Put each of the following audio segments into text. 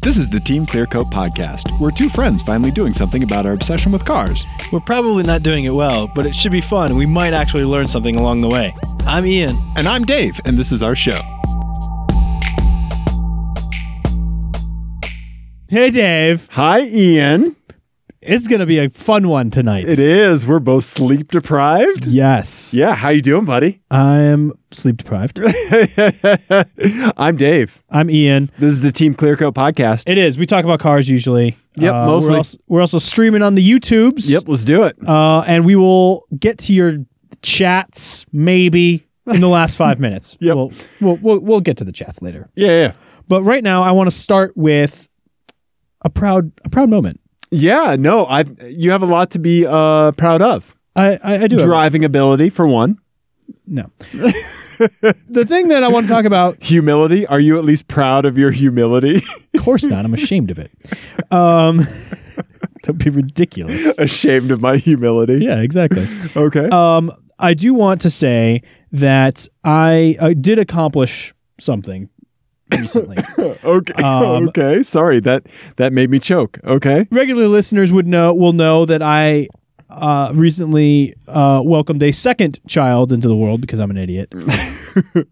This is the Team Clearcoat podcast. We're two friends finally doing something about our obsession with cars. We're probably not doing it well, but it should be fun and we might actually learn something along the way. I'm Ian. And I'm Dave, and this is our show. Hey, Dave. Hi, Ian. It's going to be a fun one tonight. It is. We're both sleep deprived. Yes. Yeah, how you doing, buddy? I'm sleep deprived. I'm Dave. I'm Ian. This is the Team Clearcoat podcast. It is. We talk about cars usually. Yep, Uh, mostly. We're also, we're also streaming on the YouTubes. Yep, let's do it. Uh, and we will get to your chats maybe in the last five minutes. Yep. We'll, we'll, we'll, we'll get to the chats later. Yeah, yeah. But right now, I want to start with a proud a proud moment. Yeah, no, I you have a lot to be uh proud of. I, I, I do have- Driving ability for one. No. the thing that I want to talk about Humility. Are you at least proud of your humility? Of course not. I'm ashamed of it. Um, don't be ridiculous. Ashamed of my humility. Yeah, exactly. Okay. Um, I do want to say that I, I did accomplish something recently. okay. Um, okay. Sorry that that made me choke. Okay. Regular listeners would know will know that I uh, recently uh, welcomed a second child into the world because I'm an idiot.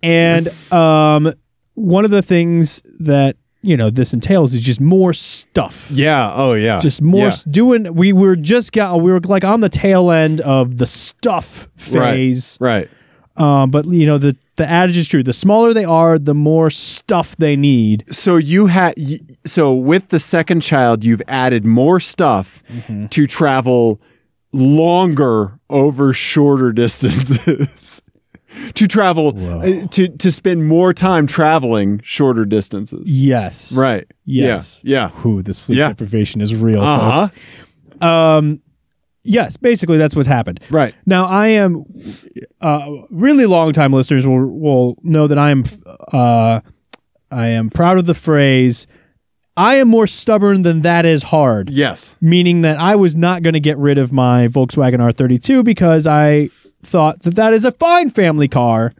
and um, one of the things that you know this entails is just more stuff. Yeah. Oh yeah. just more Yeah. s doing we were just got we were like on the tail end of the stuff Right. phase right. um but you know the the adage is true the smaller they are the more stuff they need So you had y- so with the second child, you've added more stuff to travel longer over shorter distances. to travel Whoa. uh, to to spend more time traveling shorter distances. yes Right. Yeah. yes Yeah. who the sleep Yeah. deprivation is real Uh-huh. folks. um yes basically that's what's happened Right. now i am uh really long time listeners will will know that i am uh i am proud of the phrase i am more stubborn than that is hard Yes. meaning that I was not going to get rid of my Volkswagen R32 because I thought that that is a fine family car,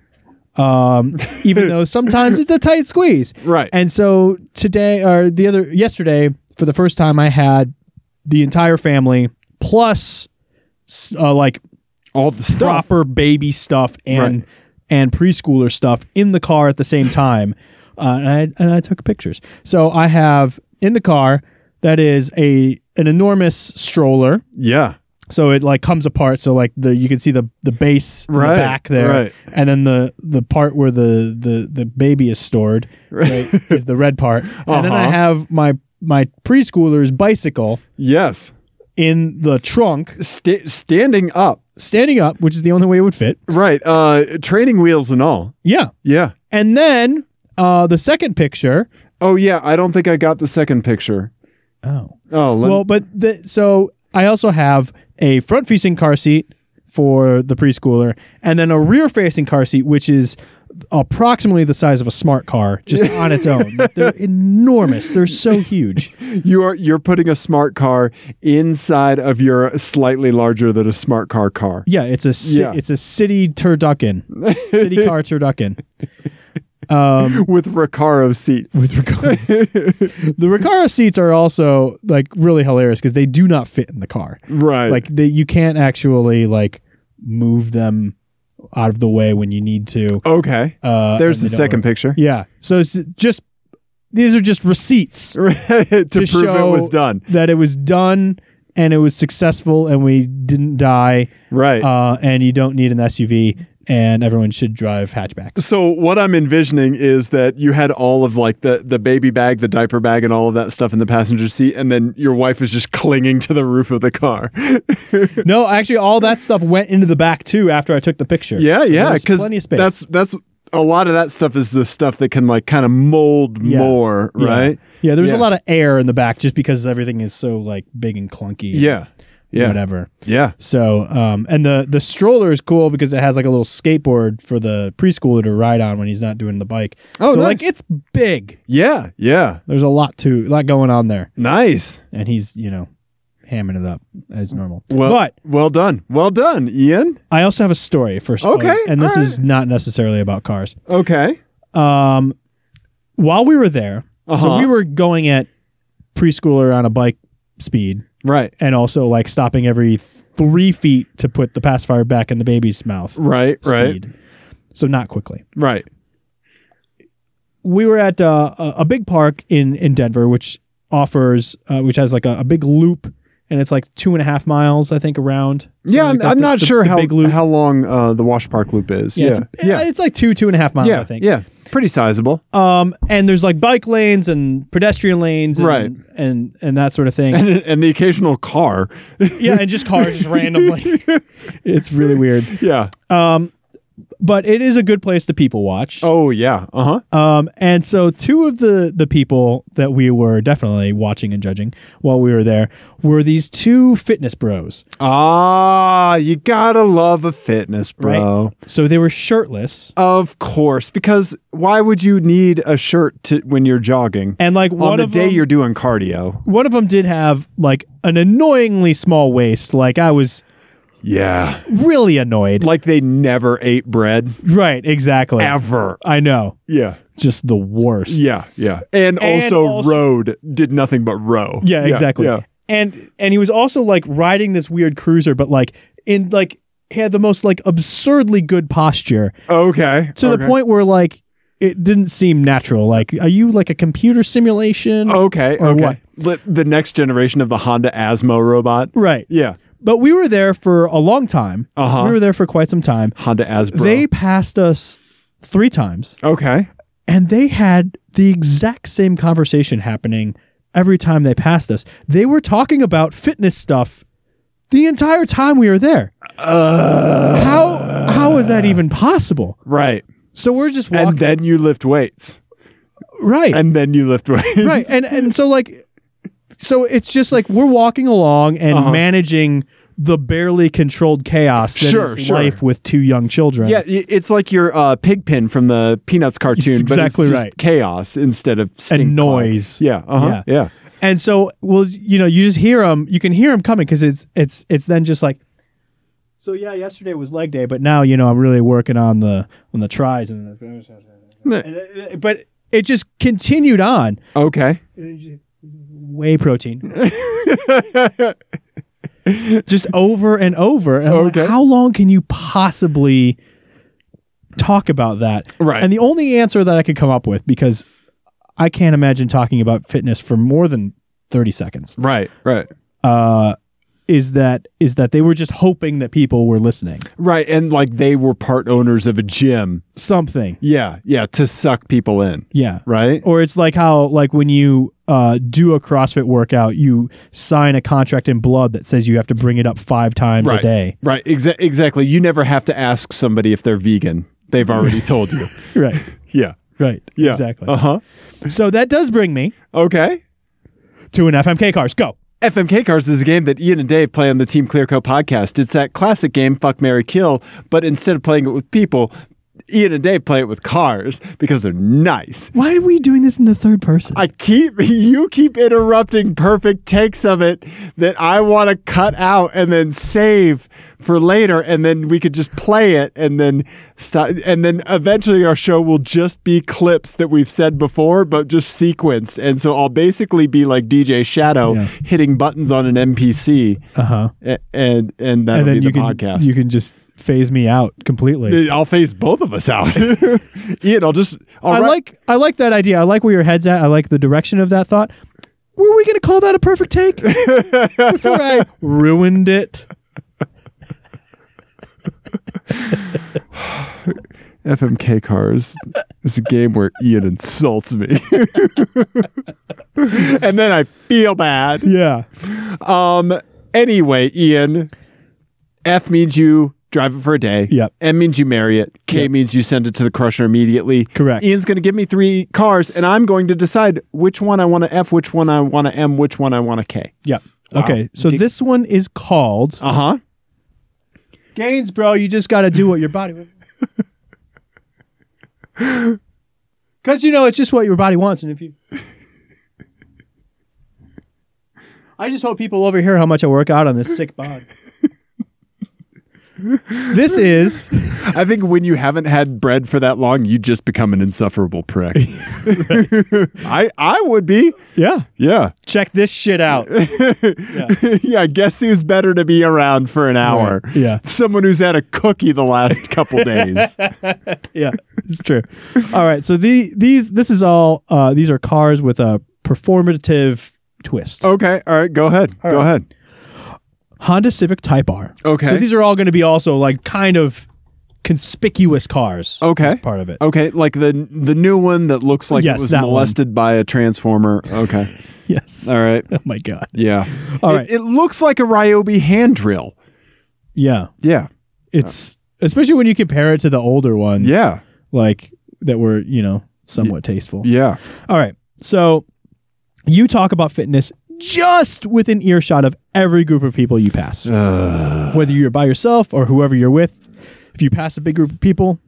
um, even though sometimes it's a tight squeeze. Right. And so today, or the other yesterday, for the first time, I had the entire family plus s- uh, like All the stuff. proper baby stuff and Right. and preschooler stuff in the car at the same time. Uh, and I and I took pictures. So I have in the car that is a an enormous stroller. Yeah. So it like comes apart. So like the you can see the the base in the Right, back there, right. and then the the part where the the the baby is stored Right. right, is the red part. And then I Uh-huh. have my my preschooler's bicycle Yes. in the trunk, Sta standing up. standing up, which is the only way it would fit. Right. Uh training wheels and all. Yeah. Yeah. And then uh, the second picture. Oh yeah, I don't think I got the second picture. Oh. Oh, let Well, but the, so I also have a front facing car seat for the preschooler and then a rear facing car seat, which is approximately the size of a smart car just on its own. Like, They're enormous. They're so huge. You are you're putting a smart car inside of your slightly larger than a smart car car. Yeah, it's a ci- Yeah. it's a city turducken. City car turducken. Um With Recaro seats. with Recaro seats. The Recaro seats are also like really hilarious because they do not fit in the car. right. like they, you can't actually like move them out of the way when you need to. okay. Uh, There's and the they don't second work. picture. Yeah. So it's just these are just receipts to, prove show- it was done. that it was done and it was successful and we didn't die Right. uh, and you don't need an SUV and everyone should drive hatchbacks. so what I'm envisioning is that you had all of like the the baby bag, the diaper bag and all of that stuff in the passenger seat and then your wife was just clinging to the roof of the car. no, actually, all that stuff went into the back too after I took the picture. Yeah, So there yeah, was because plenty of space. that's that's a lot of that stuff is the stuff that can like kind of mold Yeah. more, Yeah. right? Yeah, there's Yeah. a lot of air in the back just because everything is so like big and clunky. and Yeah, yeah, Whatever. yeah. So, um, and the the stroller is cool because it has like a little skateboard for the preschooler to ride on when he's not doing the bike. Oh, so nice. like it's big. yeah, yeah. There's a lot to a lot going on there, Nice. and he's you know hamming it up as normal. Well, but well done, well done, Ian. I also have a story first. Okay, and this all is not necessarily about cars. Okay. Um, while we were there, Uh-huh. so we were going at preschooler on a bike speed Right. and also like stopping every three feet to put the pacifier back in the baby's mouth. Right. Right. Speed. So not quickly. Right. we were at uh, a a big park in in Denver, which offers uh, which has like a, a big loop, and it's like two and a half miles, I think, around. Something Yeah, I'm, like that. I'm The- not the- sure the how big loop. how long uh, the Wash Park Loop is. yeah, Yeah, it's, yeah, yeah, it's like two two and a half miles, yeah, I think. yeah. Pretty sizable, Um, and there's like bike lanes and pedestrian lanes, and, Right. And and that sort of thing. and and the occasional car. yeah, and just cars just randomly. it's really weird. yeah. Um, but it is a good place to people watch. Oh yeah. Uh huh. Um, and so two of the the people that we were definitely watching and judging while we were there were these two fitness bros. Ah, you gotta love a fitness, bro. So they were shirtless. Of course, because why would you need a shirt to when you're jogging? And like one On the of day them, you're doing cardio. one of them did have like an annoyingly small waist. Like I was Yeah. really annoyed. Like they never ate bread right, exactly. ever. I know. Yeah. Just the worst. Yeah. Yeah. And, And also, also- rode did nothing but row. Yeah, exactly. Yeah. And and he was also like riding this weird cruiser, but like in like he had the most like absurdly good posture. Okay. to okay. the point where like it didn't seem natural. Like, are you like a computer simulation? Okay. Or okay. what? Li- The next generation of the Honda Asmo robot. Right. Yeah. But we were there for a long time. Uh-huh. We were there for quite some time. Honda Asbro. They passed us three times okay. and they had the exact same conversation happening every time they passed us. They were talking about fitness stuff the entire time we were there. Uh. how how is that even possible? Right. So we're just And walking then you lift weights. right. And then you lift weights. right and and so like so it's just like we're walking along and Uh-huh. managing the barely controlled chaos that is Sure, sure. life with two young children Yeah, i- it's like your uh, pig pen from the Peanuts cartoon, It's exactly but it's just right. chaos instead of stink and noise cloud. Yeah, uh-huh, yeah, and so well you know you just hear them you can hear them coming because it's it's it's then just like so yeah yesterday was leg day but now you know i'm really working on the on the tries and, the, and uh, but it just continued on Okay. whey protein just over and over. And I'm like, Okay. how long can you possibly talk about that? Right. And the only answer that I could come up with, because I can't imagine talking about fitness for more than 30 seconds, right, right, uh, is that is that they were just hoping that people were listening. right, and like they were part owners of a gym. Something. Yeah, yeah, to suck people in. Yeah. Right. Or it's like how like when you uh, do a CrossFit workout, you sign a contract in blood that says you have to bring it up five times Right. a day. Right. Exa- exactly. You never have to ask somebody if they're vegan. They've already told you. Right. Yeah. Right. Yeah. Exactly. Uh huh. So that does bring me Okay. to an FMK cars. Go. FMK Cars is a game that Ian and Dave play on the Team Clearco podcast. It's that classic game, Fuck Mary Kill, but instead of playing it with people, Ian and Dave play it with cars because they're nice. Why are we doing this in the third person? I keep you keep interrupting perfect takes of it that I want to cut out and then save for later, and then we could just play it and then stop, and then eventually our show will just be clips that we've said before, but just sequenced, and so I'll basically be like DJ Shadow Yeah. hitting buttons on an MPC, uh huh. a- and and that'll And then be the you can podcast. you can just phase me out completely. I'll phase both of us out. Ian, I'll just. I'll I write- like I like that idea. I like where your head's at. I like the direction of that thought. Were we going to call that a perfect take before I ruined it? FMK Cars is a game where Ian insults me. and then I feel bad. Yeah. Um anyway, Ian, F means you drive it for a day. Yep. M means you marry it. K Yep. means you send it to the crusher immediately. Correct. Ian's going to give me 3 cars and I'm going to decide which one I want to F, which one I want to M, which one I want to K. Yeah. Wow. Okay. So Dig- this one is called Uh-huh. Gains, bro. You just got to do what your body Cuz you know it's just what your body wants and if you I just hope people overhear how much I work out on this sick bod. This is I think when you haven't had bread for that long, you just become an insufferable prick. I I would be. yeah. Yeah. Check this shit out. yeah. Guess who's better to be around for an hour? Yeah. Someone who's had a cookie the last couple days. yeah, it's true. All right, so the these this is all uh, these are cars with a performative twist. Okay. All right. Go ahead. go right. ahead. Honda Civic Type R. Okay. So these are all going to be also like kind of conspicuous cars. Okay. as part of it. Okay, like the the new one that looks like Yes, it was that one. molested by a transformer. Okay, Yes. all right, Oh my god. yeah. All it, right. it looks like a Ryobi hand drill. Yeah. Yeah, It's especially when you compare it to the older ones. yeah, Like that were you know somewhat tasteful. yeah. All right. So you talk about fitness just within earshot of every group of people you pass. Uh, Whether you're by yourself or whoever you're with, if you pass a big group of people,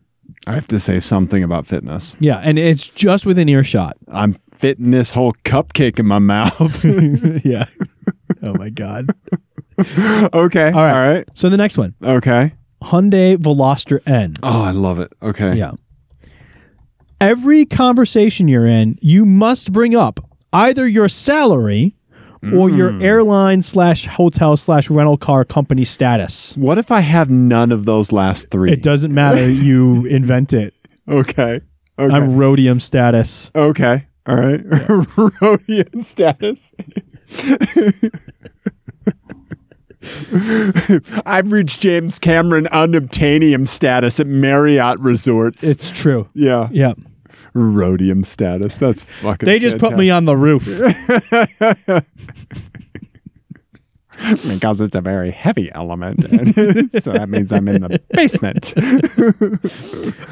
I have to say something about fitness. yeah, and it's just within earshot. I'm fitting this whole cupcake in my mouth. yeah. Oh my god. okay, all right. All right. So the next one, okay. Hyundai Veloster N. Oh, I love it. Okay, Yeah. Every conversation you're in, you must bring up either your salary or your Mm. airline slash hotel slash rental car company status. What if I have none of those last three? It doesn't matter. You invent it. Okay, okay, I'm rhodium status. okay. All right, Rhodian status. I've reached James Cameron unobtainium status at Marriott resorts. It's true. yeah, Yeah. rhodium status. That's fucking. They just put me on the roof. because it's a very heavy element, so that means I'm in the basement.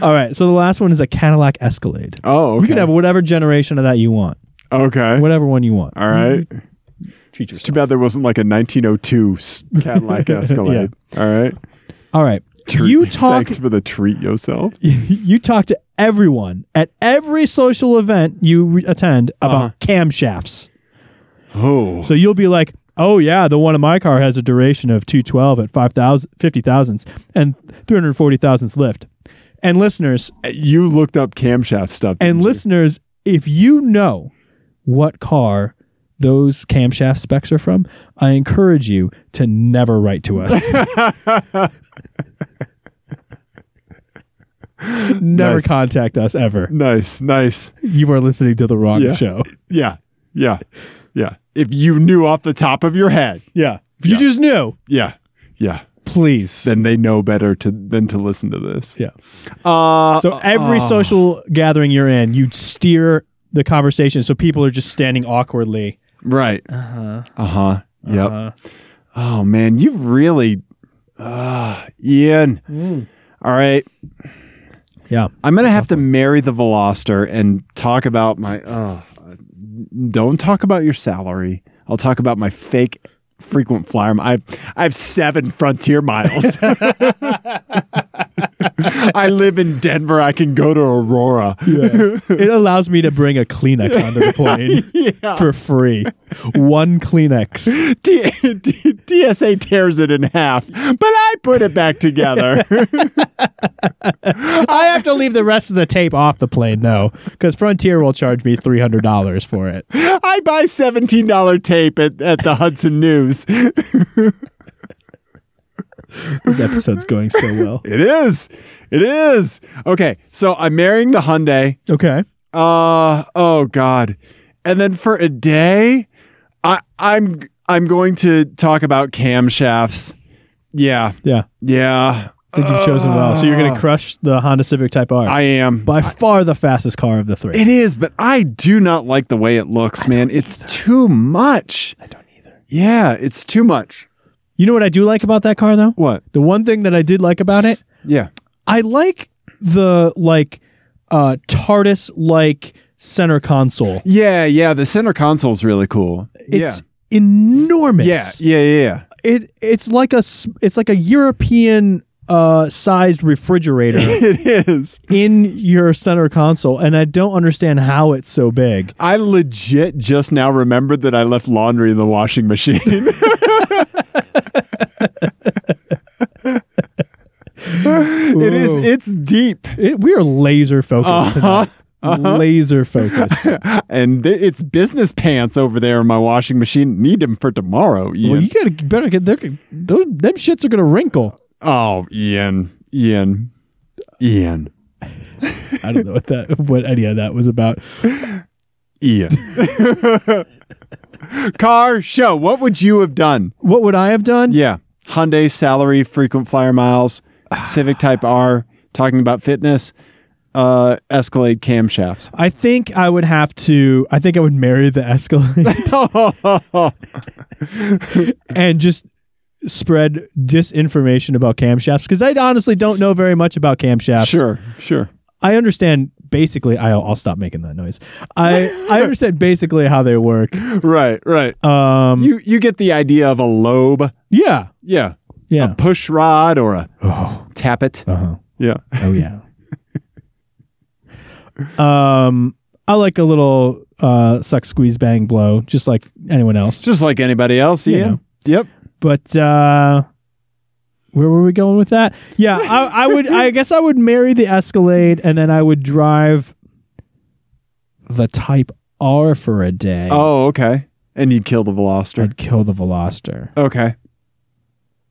All right. So the last one is a Cadillac Escalade. Oh, okay. You can have whatever generation of that you want, okay. whatever one you want. All right. Treat It's too bad there wasn't like a 1902 s- Cadillac Escalade. All right. All right. Treat- You talk. Thanks for the treat yourself. you talk to everyone at every social event you re- attend about camshafts. Oh. So you'll be like, "Oh yeah, the one in my car has a duration of 212 at 5,000 50 thousandths and 340 thousandths lift." And listeners, uh, you looked up camshaft stuff. didn't and you? listeners, if you know what car those camshaft specs are from, I encourage you to never write to us. never Nice. contact us ever. Nice, nice. You are listening to the wrong Yeah. show. Yeah, yeah, yeah. If you knew off the top of your head, Yeah. If you Yeah. just knew, yeah, yeah, please. then they know better to than to listen to this. Yeah. Uh, So every social gathering you're in, you steer the conversation so people are just standing awkwardly. right. Uh huh. Uh Uh-huh. huh. Yep. Oh man, you really, uh, Ian. Mm. All right, Yeah. I'm gonna have to marry the Veloster and talk about my. Uh, don't talk about your salary. I'll talk about my fake frequent flyer. I I have seven frontier miles. I live in Denver. I can go to Aurora. it allows me to bring a Kleenex onto the plane Yeah. for free. One Kleenex. T- T- TSA tears it in half, but I put it back together. I have to leave the rest of the tape off the plane though, because Frontier will charge me three hundred dollars for it. I buy seventeen dollar tape at, at the Hudson News. It This episode's going so well. is. It is. Okay, so I'm marrying the Hyundai. Okay. Uh oh God. And then for a day, I I'm I'm going to talk about camshafts. Yeah. Yeah. Yeah. Uh, I think you've chosen well. So you're gonna crush the Honda Civic Type R. I am. by far the fastest car of the three. It is, but I do not like the way it looks, man. It's too much. I don't either. Yeah, it's too much. You know what I do like about that car though? What? The one thing that I did like about it, Yeah. I like the like uh TARDIS like center console. Yeah, yeah. The center console's really cool. yeah. It's enormous. Yeah, yeah, yeah, yeah. It it's like a s- it's like a European uh sized refrigerator It is. in your center console and I don't understand how it's so big. I legit just now remembered that I left laundry in the washing machine. it is. It's deep, It, we are laser focused Uh-huh. tonight. Laser focused. and th- it's business pants over there in my washing machine. Need them for tomorrow, Ian. Well, you gotta better get there. Those them shits are gonna wrinkle. oh, Ian, Ian, Ian, I don't know what that what any of that was about. Ian. Car show. What would you have done? What would I have done? Yeah, Hyundai salary, frequent flyer miles, Civic Type R. Talking about fitness, uh, Escalade camshafts. I think I would have to. I think I would marry the Escalade and just spread disinformation about camshafts because I honestly don't know very much about camshafts. sure, sure. I understand basically. I'll, I'll stop making that noise. I I understand basically how they work. Right, right. Um. You you get the idea of a lobe. yeah. Yeah. Yeah. A push rod or a Oh. tappet. Uh huh. Yeah. Oh yeah. um, I like a little uh, suck, squeeze, bang, blow, just like anyone else. Just like anybody else, You yeah. know. Yep. But uh, where were we going with that? Yeah, I, I would. I guess I would marry the Escalade, and then I would drive the Type R for a day. Oh, okay. And you kill the Veloster. I'd kill the Veloster. Okay.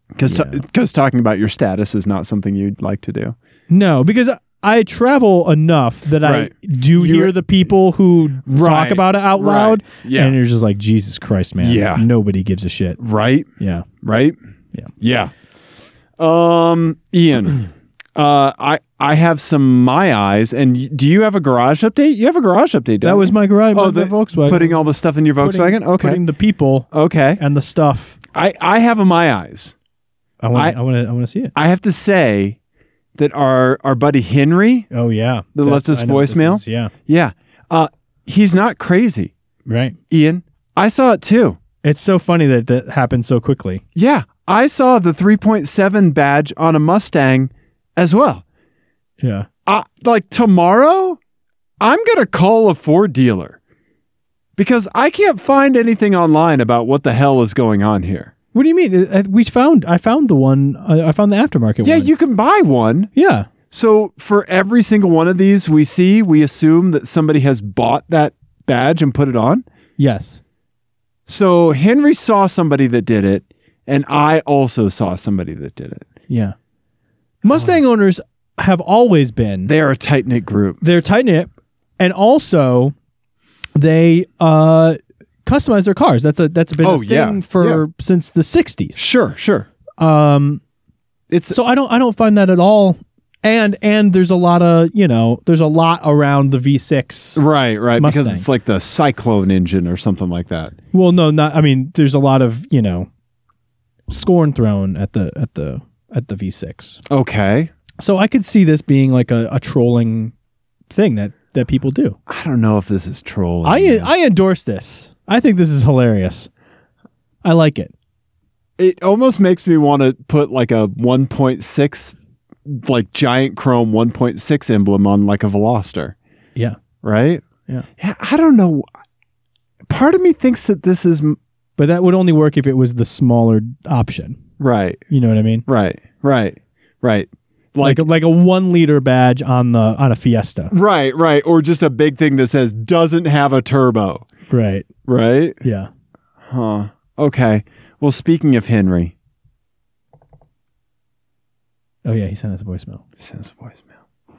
Because Yeah. talking about your status is not something you'd like to do. No, because. I- I travel enough that Right. I do You- hear the people who Right. talk about it out Right. loud, Yeah. And you're just like, Jesus Christ, man. Yeah. Nobody gives a shit. Right? Yeah. Right? Yeah. Yeah. Um, Ian, uh, I I have some my eyes, and y- do you have a garage update? You have a garage update. don't That was you? my garage. Oh, Oh, the, the- Volkswagen. putting all the stuff in your Putting- Volkswagen. okay. Putting the people okay. and the stuff. I, I have a my eyes. I want I- I want to I want to see it. I have to say that our our buddy Henry, Oh yeah. The That's- Lexus I know what this voicemail? is. Yeah. yeah, uh, he's not crazy. Right. Ian, I saw it too. It's so funny that that happened so quickly. Yeah, I saw the 3.7 badge on a Mustang as well. Yeah. I, Uh, like tomorrow, I'm gonna call a Ford dealer because I can't find anything online about what the hell is going on here. What do you mean? Uh, We found I found the one I I found the aftermarket Yeah, one. you can buy one. Yeah. So for every single one of these we see, we assume that somebody has bought that badge and put it on. Yes. So Henry saw somebody that did it, and I also saw somebody that did it. Yeah. Mustang owners have always been They are a tight knit group. they're tight knit, and also they uh, customize their cars. That's a that's been Oh, a thing yeah. for since the '60s. Sure, sure. Um, It's so I don't I don't find that at all. And and there's a lot of you know there's a lot around the V6. right, right, Mustang. because it's like the cyclone engine or something like that. Well, no, not I mean there's a lot of you know scorn thrown at the at the at the V6. Okay. So I could see this being like a, a trolling thing that that people do. I don't know if this is trolling. I I endorse this. I think this is hilarious. I like it. it almost makes me want to put like a 1.6 like giant chrome 1.6 emblem on like a Veloster. Yeah. right? Yeah. Yeah. I don't know. Part of me thinks that this is m- But that would only work if it was the smaller option. right, You know what I mean? right, right, right. Like, Like like a, one liter badge on the on a Fiesta. right, right, or just a big thing that says doesn't have a turbo, Right. right? Yeah. Huh. Okay. Well, speaking of Henry, Oh yeah, he sent us a voicemail. sends a voicemail.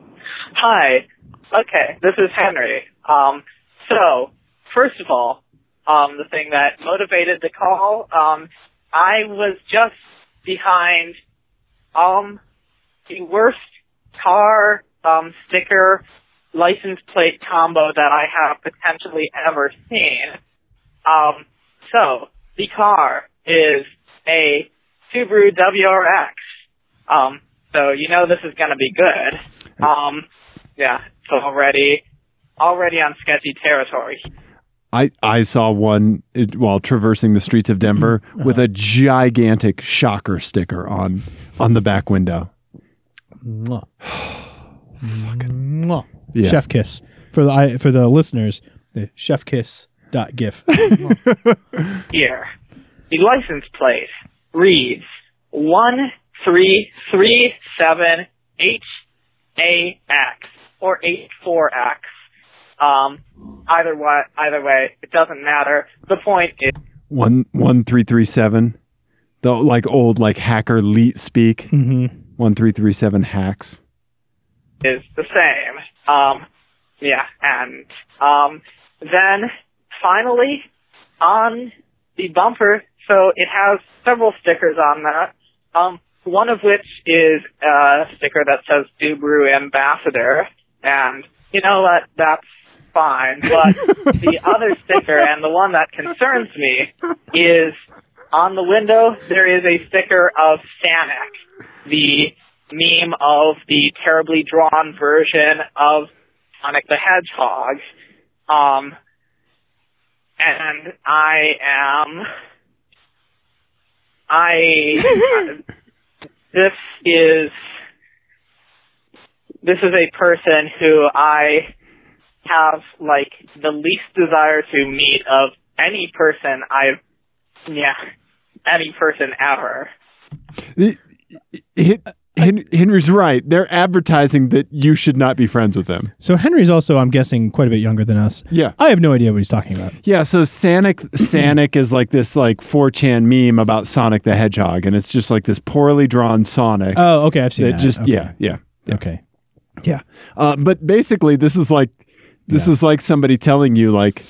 Hi. Okay, this is Henry. Um, so, first of all, um, the thing that motivated the call, um, I was just behind um, the worst car um, sticker license plate combo that I have potentially ever seen. Um, so, the car is a Subaru WRX. Um, so you know this is going to be good. Um, yeah, it's already already on sketchy territory. I, I saw one it, while traversing the streets of Denver with a gigantic shocker sticker on on the back window. Mwah. Mwah. Yeah. Chef kiss for the I, for the listeners. The chef kiss dot gif. Here, the license plate reads one three three seven H A X or eight four X. Um, either way, either way, it doesn't matter. The point is, One one three three seven. The like old like hacker leet speak. Mm-hmm. One three three seven hacks. is the same. Um, yeah, and um, then finally on the bumper, so it has several stickers on that. Um, one of which is a sticker that says Dubru Ambassador, and you know what? That's fine. But the other sticker, and the one that concerns me, is on the window. There is a sticker of Sanek, the meme of the terribly drawn version of Sonic the Hedgehog. Um, and I am, I, this is, this is a person who I have like the least desire to meet of any person I've, yeah, any person ever. Hen- Hen- Henry's right. They're advertising that you should not be friends with them. So Henry's also, I'm guessing, quite a bit younger than us. Yeah. I have no idea what he's talking about. Yeah, so Sonic Sonic is like this like 4chan meme about Sonic the Hedgehog and it's just like this poorly drawn Sonic Oh, okay, I've seen that that. just Okay. yeah, yeah. Okay. Uh, but basically this is like this Yeah. is like somebody telling you like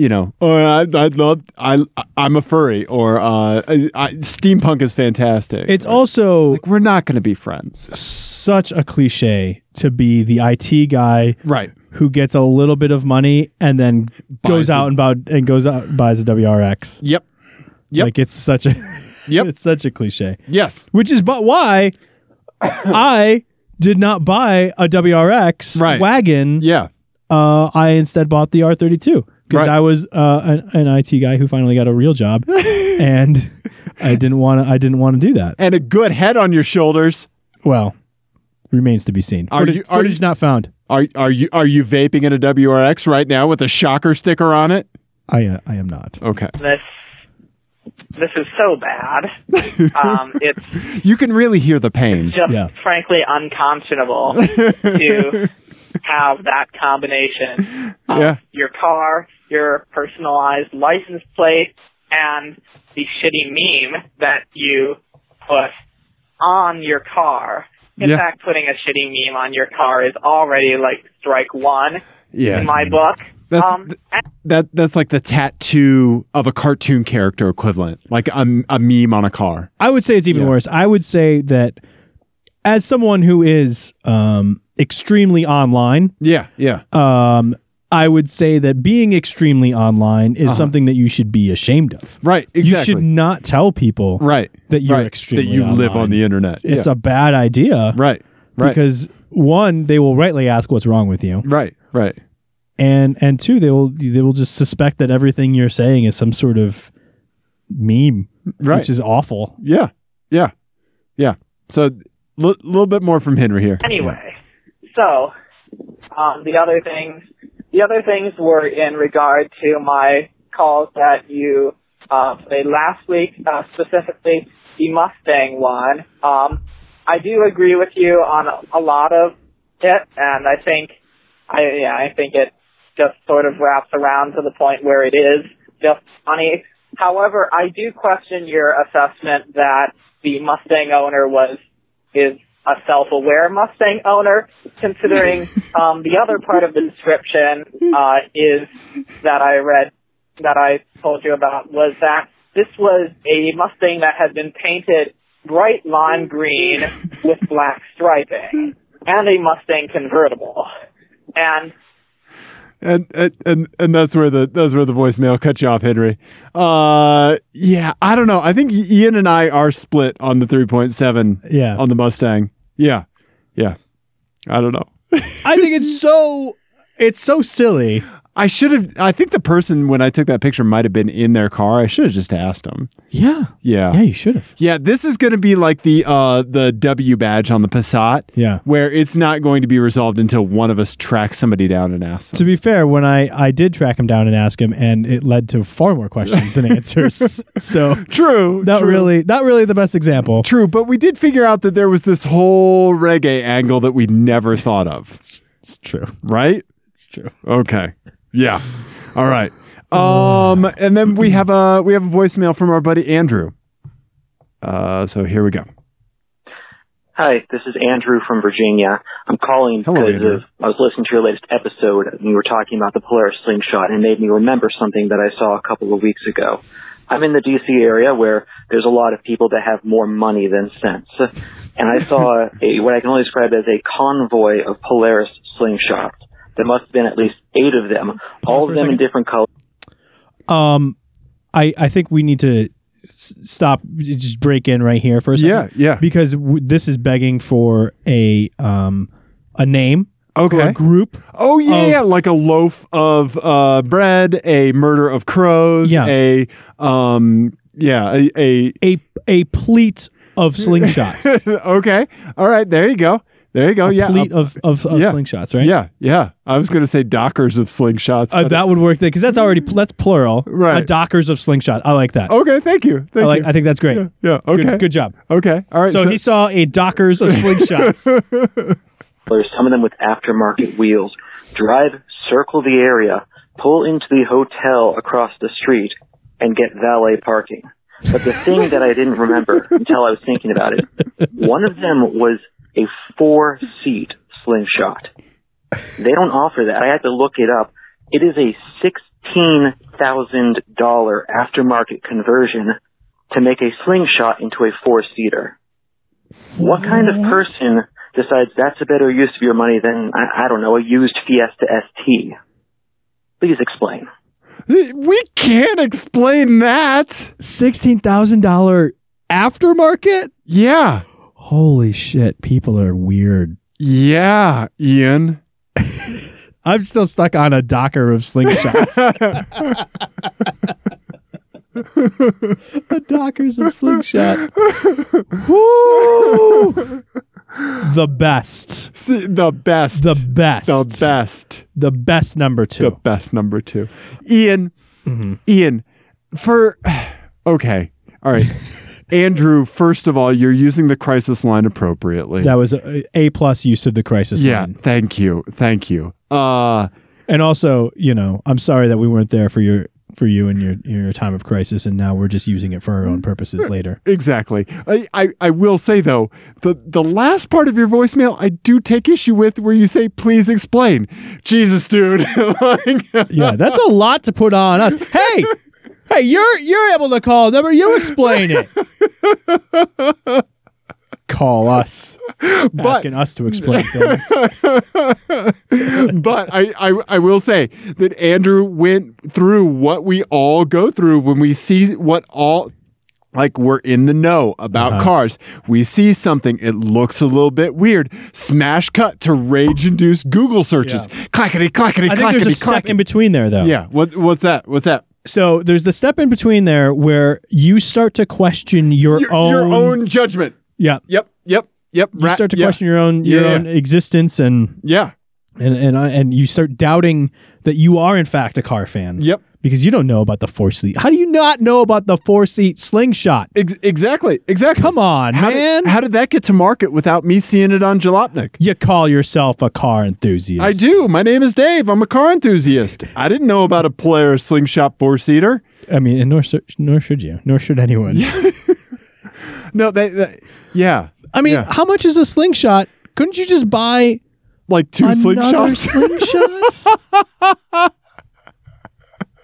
you know, oh, I, I love, I, I'm a furry, or uh, I, I, steampunk is fantastic. It's Or, also like, we're not going to be friends, such a cliche to be the IT guy right? who gets a little bit of money and then goes Buys out it. and bought and goes out and buys a WRX. Yep. Yep. Like it's such a Yep. it's such a cliche. Yes. Which is but why I did not buy a WRX Right. wagon. Yeah. Uh, I instead bought the R32 because Right. I was uh, an, an IT guy who finally got a real job, and I didn't want to. I didn't want to do that. And a good head on your shoulders. Well, remains to be seen. Are footage you- are you- footage not found. Are are you are you vaping in a WRX right now with a shocker sticker on it? I uh, I am not. Okay. this this is so bad. Um, it's You can really hear the pain. just Yeah. frankly unconscionable to have that combination of Yeah. your car, your personalized license plate, and the shitty meme that you put on your car. In Yeah. fact, putting a shitty meme on your car is already like strike one Yeah. in my book. That's um, and that that's like the tattoo of a cartoon character equivalent, like a, a meme on a car. I would say it's even Yeah. worse. I would say that as someone who is um, extremely online, Yeah. Yeah. um, I would say that being extremely online is Uh-huh. something that you should be ashamed of. Right. You should Exactly. not tell people right. that you're right. extremely that you live online. on the internet. It's yeah. a bad idea right. Right. because one, they will rightly ask what's wrong with you, right. Right. and and two, they will they will just suspect that everything you're saying is some sort of meme, Right. which is awful. yeah. Yeah. Yeah. So a little bit more from Henry here. Anyway, so um, the other things, the other things were in regard to my calls that you uh, played last week, uh, specifically the Mustang one. Um, I do agree with you on a, a lot of it, and I think, I yeah, I think it just sort of wraps around to the point where it is just funny. However, I do question your assessment that the Mustang owner was is a self-aware Mustang owner, considering um, the other part of the description uh, is that I read that I told you about was that this was a Mustang that had been painted bright lime green with black striping and a Mustang convertible. And and and- and and that's where the that's where the voicemail cut you off, Henry. Uh, yeah, I don't know. I think Ian and I are split on the three point seven Yeah, on the Mustang. Yeah, yeah. I don't know. I think it's so it's so silly. I should have. I think the person when I took that picture might have been in their car. I should have just asked them. Yeah. Yeah. Yeah, you should have. Yeah, this is going to be like the uh, the W badge on the Passat, Yeah. where it's not going to be resolved until one of us tracks somebody down and asks. To be fair, when I, I did track him down and ask him, and it led to far more questions than answers. So true, not true, really not really the best example. true. But we did figure out that there was this whole reggae angle that we never thought of, It's true. right? It's true. Okay, yeah, all right. Um, and then we have a we have a voicemail from our buddy Andrew. Uh, so here we go. Hi, this is Andrew from Virginia. I'm calling Hello, because Andrew. of, I was listening to your latest episode and you were talking about the Polaris slingshot and it made me remember something that I saw a couple of weeks ago. I'm in the DC area where there's a lot of people that have more money than sense. And I saw a, what I can only describe as a convoy of Polaris slingshots. There must have been at least eight of them, all for of a them in second. different colors. Um I I think we need to s- stop just break in right here for a second. Yeah, yeah. Because w- this is begging for a um a name for Okay. a group. Oh yeah, of- yeah, like a loaf of uh, bread, a murder of crows, Yeah. a um, yeah, a, a A a pleat of slingshots. okay, all right, there you go, there you go, yeah, pleat of, of, of yeah. slingshots, uh, right? yeah, yeah. I was gonna say dockers of slingshots. Uh, that would work because that's already that's plural. Right. A dockers of slingshot. I like that. okay, thank you, thank I like. you. I think that's great. yeah, yeah, okay, Good, good job. okay, all right. So, he saw a dockers of slingshots. There's some of them with aftermarket wheels. Drive, circle the area, pull into the hotel across the street, and get valet parking. But the thing that I didn't remember until I was thinking about it, one of them was a four seat slingshot. They don't offer that. I had to look it up. It is a $16,000 aftermarket conversion to make a slingshot into a four seater. What kind of person decides that's a better use of your money than, I, I don't know, a used Fiesta ST? Please explain. we can't explain that. Sixteen thousand dollar aftermarket. Yeah, Holy shit! People are weird. yeah, Ian. I'm still stuck on a docker of slingshots. a dockers of slingshot. Woo! The best. See, the best, The best. the best. The best number the two. best number two. Ian, Mhm. Ian, for okay, all right. Andrew, first of all, you're using the crisis line appropriately. That was a, a plus use of the crisis yeah, line. thank you, thank you. Uh, And also, you know, I'm sorry that we weren't there for your for you in your your time of crisis, and now we're just using it for our own purposes later. exactly. I, I, I will say though, the the last part of your voicemail, I do take issue with, where you say, "Please explain." Jesus, dude. like, Yeah, that's a lot to put on us. Hey, hey, you're you're able to call a number. You explain it. call us, but asking us to explain things. but I, I I will say that Andrew went through what we all go through when we see what all like we're in the know about Uh-huh. cars. We see something, it looks a little bit weird. Smash cut to rage-induced Google searches. Clackety clackety I think there's clackety a step clackety. in between there, though. yeah. What what's that? What's that? So there's the step in between there where you start to question your, Your, own. your own judgment. Yeah. Yep. Yep. Yep. You Ra- start to yeah, question your own your Yeah, own existence and Yeah. and and I- and you start doubting that you are in fact a car fan. Yep. Because you don't know about the four seat. How do you not know about the four seat slingshot? Ex- exactly. Exactly. Come on, How man. did, how did that get to market without me seeing it on Jalopnik? you call yourself a car enthusiast. I do. My name is Dave. I'm a car enthusiast. I didn't know about a Polaris slingshot four seater. I mean, and nor so- nor should you, nor should anyone. No, they, they- yeah, I mean, Yeah. how much is a slingshot? Couldn't you just buy like two another slingshots. slingshot?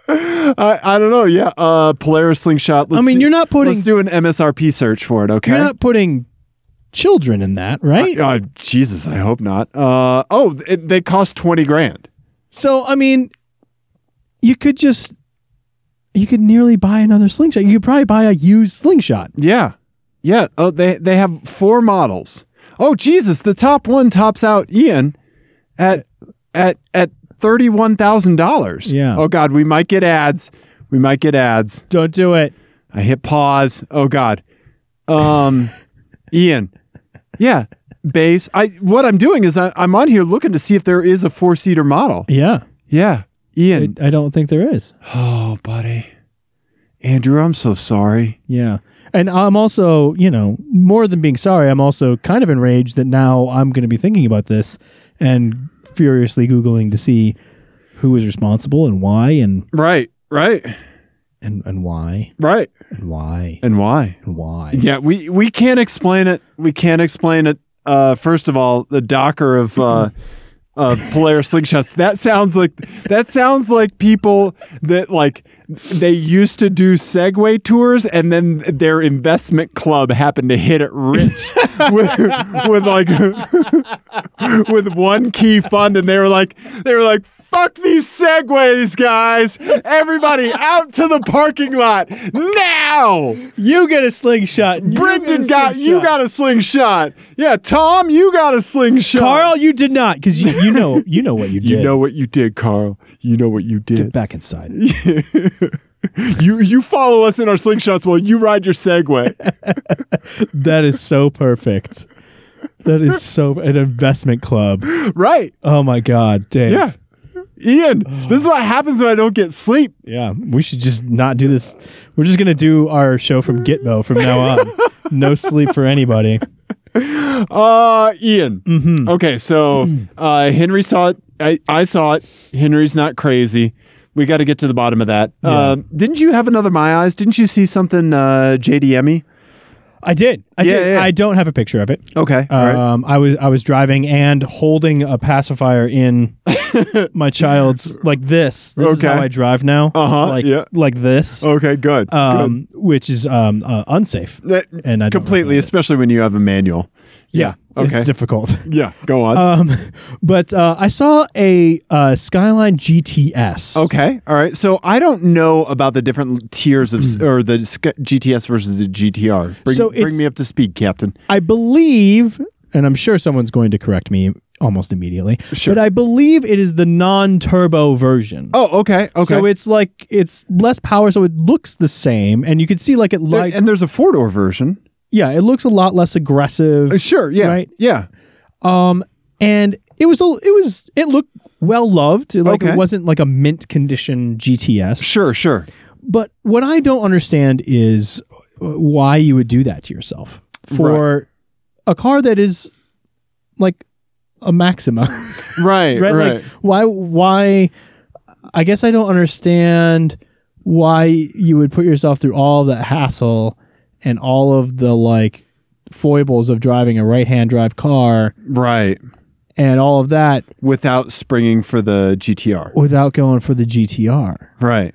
I, I don't know. Yeah, uh, Polaris slingshot. I Let's mean, do, you're not putting Let's do an MSRP search for it. Okay. you're not putting children in that, right? Uh, Jesus, I hope not. Uh, oh, it, they cost twenty grand. So I mean, you could just you could nearly buy another slingshot. You could probably buy a used slingshot. Yeah, yeah. Oh, they they have four models. Oh, Jesus, the top one tops out Ian at at at thirty-one thousand dollars. Yeah. Oh God, we might get ads. We might get ads. Don't do it. I hit pause. Oh God. Um, Ian. Yeah. Base. I what I'm doing is I, I'm on here looking to see if there is a four seater model. Yeah. Yeah. I, Ian. I don't think there is. oh, buddy. Andrew, I'm so sorry. Yeah. And I'm also, you know, more than being sorry, I'm also kind of enraged that now I'm going to be thinking about this and furiously Googling to see who is responsible and why and, Right. Right. and, and why Right. and why And why? and why. Yeah, we we can't explain it. We can't explain it. Uh, first of all, the docker of uh, of Polaris slingshots. That sounds like that sounds like people that like they used to do Segway tours, and then their investment club happened to hit it rich with, with like with one key fund, and they were like they were like. Fuck these segways, guys! Everybody out to the parking lot now! You get a slingshot. Brendan got you got a slingshot. Yeah, Tom, you got a slingshot. Carl, you did not because you, you know you know what you did. you know what you did, Carl. You know what you Get did. back inside. you you follow us in our slingshots while you ride your Segway. that is so perfect. That is so an investment club. right? Oh my god, Dave. Yeah. Ian, this is what happens when I don't get sleep. Yeah, we should just not do this. We're just gonna do our show from Gitmo from now on. no sleep for anybody. Uh, Ian. Mm-hmm. Okay, so uh, Henry saw it. I, I saw it. Henry's not crazy. We got to get to the bottom of that. Uh, didn't you have another My Eyes? Didn't you see something uh, JDME? I did. I Yeah, did. yeah. I don't have a picture of it. Okay. all right. Um, I was I was driving and holding a pacifier in my child's like this. This is Okay. how I drive now. Uh-huh, Like yeah. like this. Okay, good. good. um, which is um uh, unsafe. That- And I don't completely, recommend especially when you have a manual. it. yeah. okay. It's difficult. Yeah, go on. Um, but uh, I saw a uh, Skyline GTS. okay, all right. So I don't know about the different tiers of s- or the sc- GTS versus the GTR. Bring, Mm. So bring it's- me up to speed, Captain. I believe, and I'm sure someone's going to correct me almost immediately, Sure. but I believe it is the non-turbo version. Oh, okay, okay. So it's like it's less power, so it looks the same, and you can see like it There- like and there's a four door version. yeah, it looks a lot less aggressive. Uh, sure. Yeah. Right. Yeah. Um, and it was a, it was it looked well loved. Like Okay. it wasn't like a mint condition GTS. Sure. Sure. But what I don't understand is uh, why you would do that to yourself for a car that is like a Maxima. Right. Right. right? Like why why I guess I don't understand why you would put yourself through all the hassle and all of the like foibles of driving a right-hand drive car right. and all of that Without springing for the GTR. without going for the GTR, Right.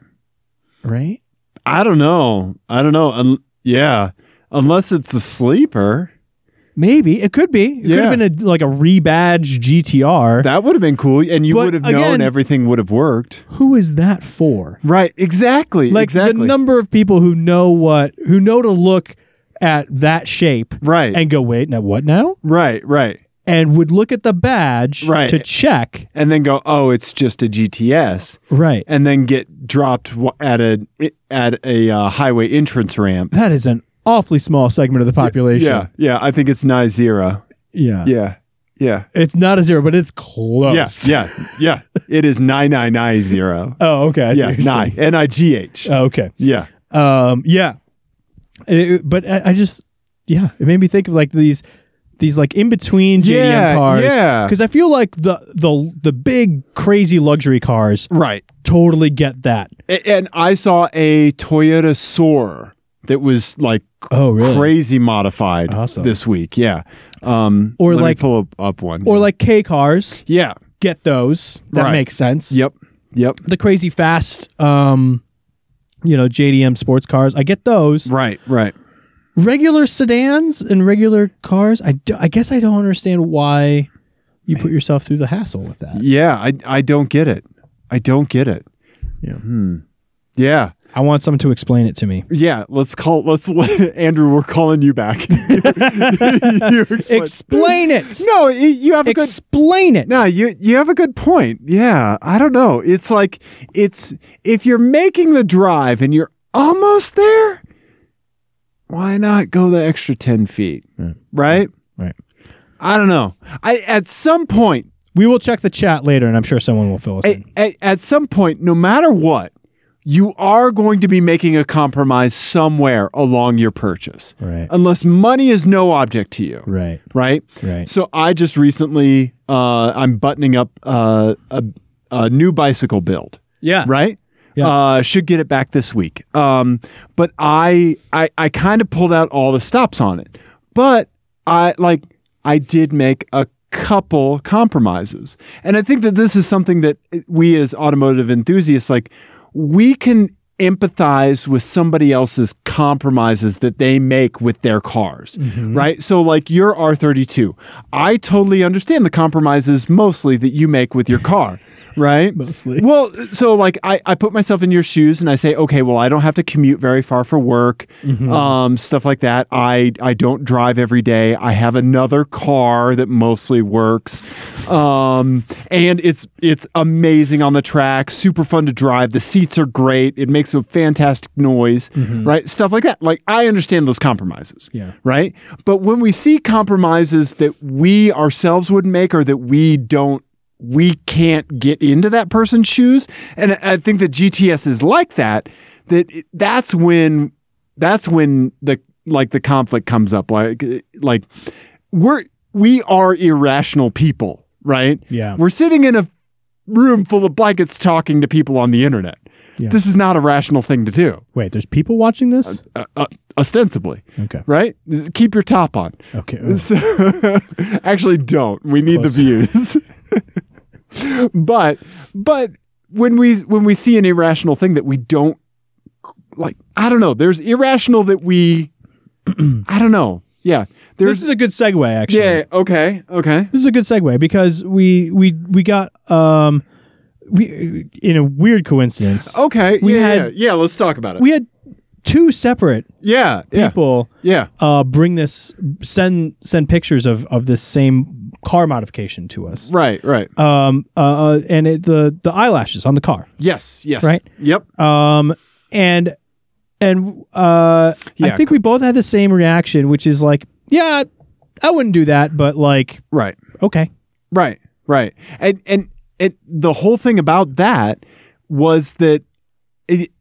right? I don't know. I don't know. Un- yeah. Unless it's a sleeper. Maybe it could be. It Yeah. could have been a, like a rebadged GTR. That would have been cool, and you But would have known again- everything would have worked. Who is that for? Right, exactly. Like the number of people who know what who know to look at that shape Right, and go, wait, now what now? right, right. and would look at the badge Right. to check. And then go, oh, it's just a GTS, Right. and then get dropped w- at a at a uh, highway entrance ramp. That is an awfully small segment of the population. Yeah, yeah. I think it's nigh zero. Yeah. Yeah, yeah, It's not a zero, but it's close. yeah, yeah, yeah. It is nine nine nine zero. Oh, okay. I see Yeah, what you're nine saying. N I G H. Oh, okay. Yeah, Um, yeah. It- but I, I just, yeah, it made me think of like these, these like in between JDM yeah, cars. yeah. Because I feel like the the the big crazy luxury cars Right. totally get that. A- And I saw a Toyota Soar that was like Oh, crazy modified Awesome. this week. Yeah. Um, Or let me like- pull up, up one. Or like K cars, yeah. get those. That Right. makes sense. Yep. Yep. the crazy fast um you know JDM sports cars I get those Right. Right. regular sedans and regular cars I, do- I guess I don't understand why you put yourself through the hassle with that Yeah. I I don't get it. I don't get it. Yeah. Hmm. Yeah. I want someone to explain it to me. Yeah, let's call. Let's let, Andrew. We're calling you back. You explain- Explain it. No, you, you have a good. Explain it. No, you you have a good point. Yeah, I don't know. It's like it's if you're making the drive and you're almost there, why not go the extra ten feet? Right. Right. Right. I don't know. I at some point We will check the chat later, and I'm sure someone will fill us at, in. at, at some point, no matter what, you are going to be making a compromise somewhere along your purchase, Right. unless money is no object to you, Right. right? Right. So I just recently, uh, I'm buttoning up uh, a, a new bicycle build Yeah. right? Yeah. Uh, should get it back this week. Um, but I, I, I kind of pulled out all the stops on it. But I like, I did make a couple compromises, and I think that this is something that eh, we as automotive enthusiasts like, we can empathize with somebody else's compromises that they make with their cars Mm-hmm. right? So, like your R32, I totally understand the compromises mostly that you make with your car, right? Mostly. Well, so like I, I put myself in your shoes and I say, okay, well, I don't have to commute very far for work, um, stuff like that. I, I don't drive every day. I have another car that mostly works. Um, and it's, it's amazing on the track, super fun to drive. The seats are great. It makes a fantastic noise, Mm-hmm. right? Stuff like that. Like I understand those compromises Yeah. right? But when we see compromises that we ourselves would make or that we don't, we can't get into that person's shoes, and I I think that GTS is like that. That it- that's when that's when the like the conflict comes up. Like like we're we are irrational people, right? Yeah. We're sitting in a room full of blankets talking to people on the internet. Yeah. This is not a rational thing to do, Wait, there's people watching this? uh, uh, ostensibly, Okay. right? Keep your top on. Okay. Oh, So, actually, don't. We It's need the close. views. but but when we when we see an irrational thing that we don't like, I don't know. There's irrational that we, I don't know. Yeah, this there's is a good segue, actually. yeah. Okay, okay. This is a good segue because we we we got um we in a weird coincidence Okay, We yeah, had- yeah, yeah. Let's talk about it. we had two separate yeah, yeah, people yeah, uh bring this send send pictures of of this same car modification to us right, right. um uh, uh and it, the the eyelashes on the car Yes, yes. Right? Yep. um and and uh Yeah, i think we both had the same reaction which is like yeah i wouldn't do that but like Right. okay Right, right. And and it the whole thing about that was that it,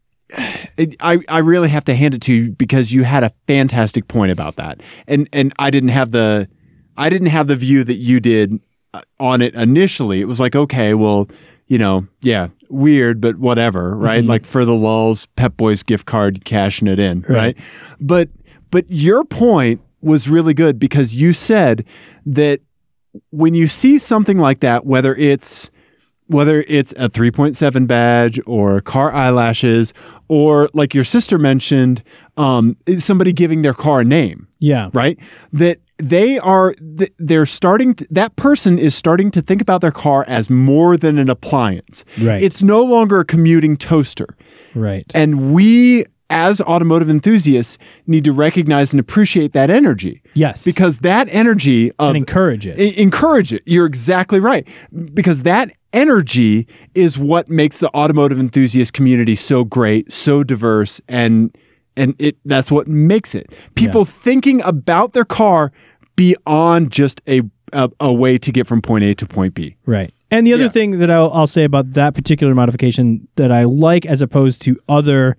it, I I really have to hand it to you because you had a fantastic point about that. And and I didn't have the I didn't have the view that you did uh, on it initially. It was like, okay, well, you know, yeah, weird, but whatever, right? Like for the lulls, Pep Boys gift card, cashing it in, right? But but your point was really good because you said that when you see something like that, whether it's whether it's a 3.7 badge or car eyelashes or like your sister mentioned, um, somebody giving their car a name, yeah right? That they are th- they're starting to, that person is starting to think about their car as more than an appliance. right It's no longer a commuting toaster. right And we as automotive enthusiasts need to recognize and appreciate that energy yes because that energy of and encourage it I- encourage it. You're exactly right. Because that energy is what makes the automotive enthusiast community so great, so diverse, and and it that's what makes it. People thinking about their car beyond just a, a a way to get from point A to point B. Right. And the other Yeah. thing that I'll, I'll say about that particular modification that I like as opposed to other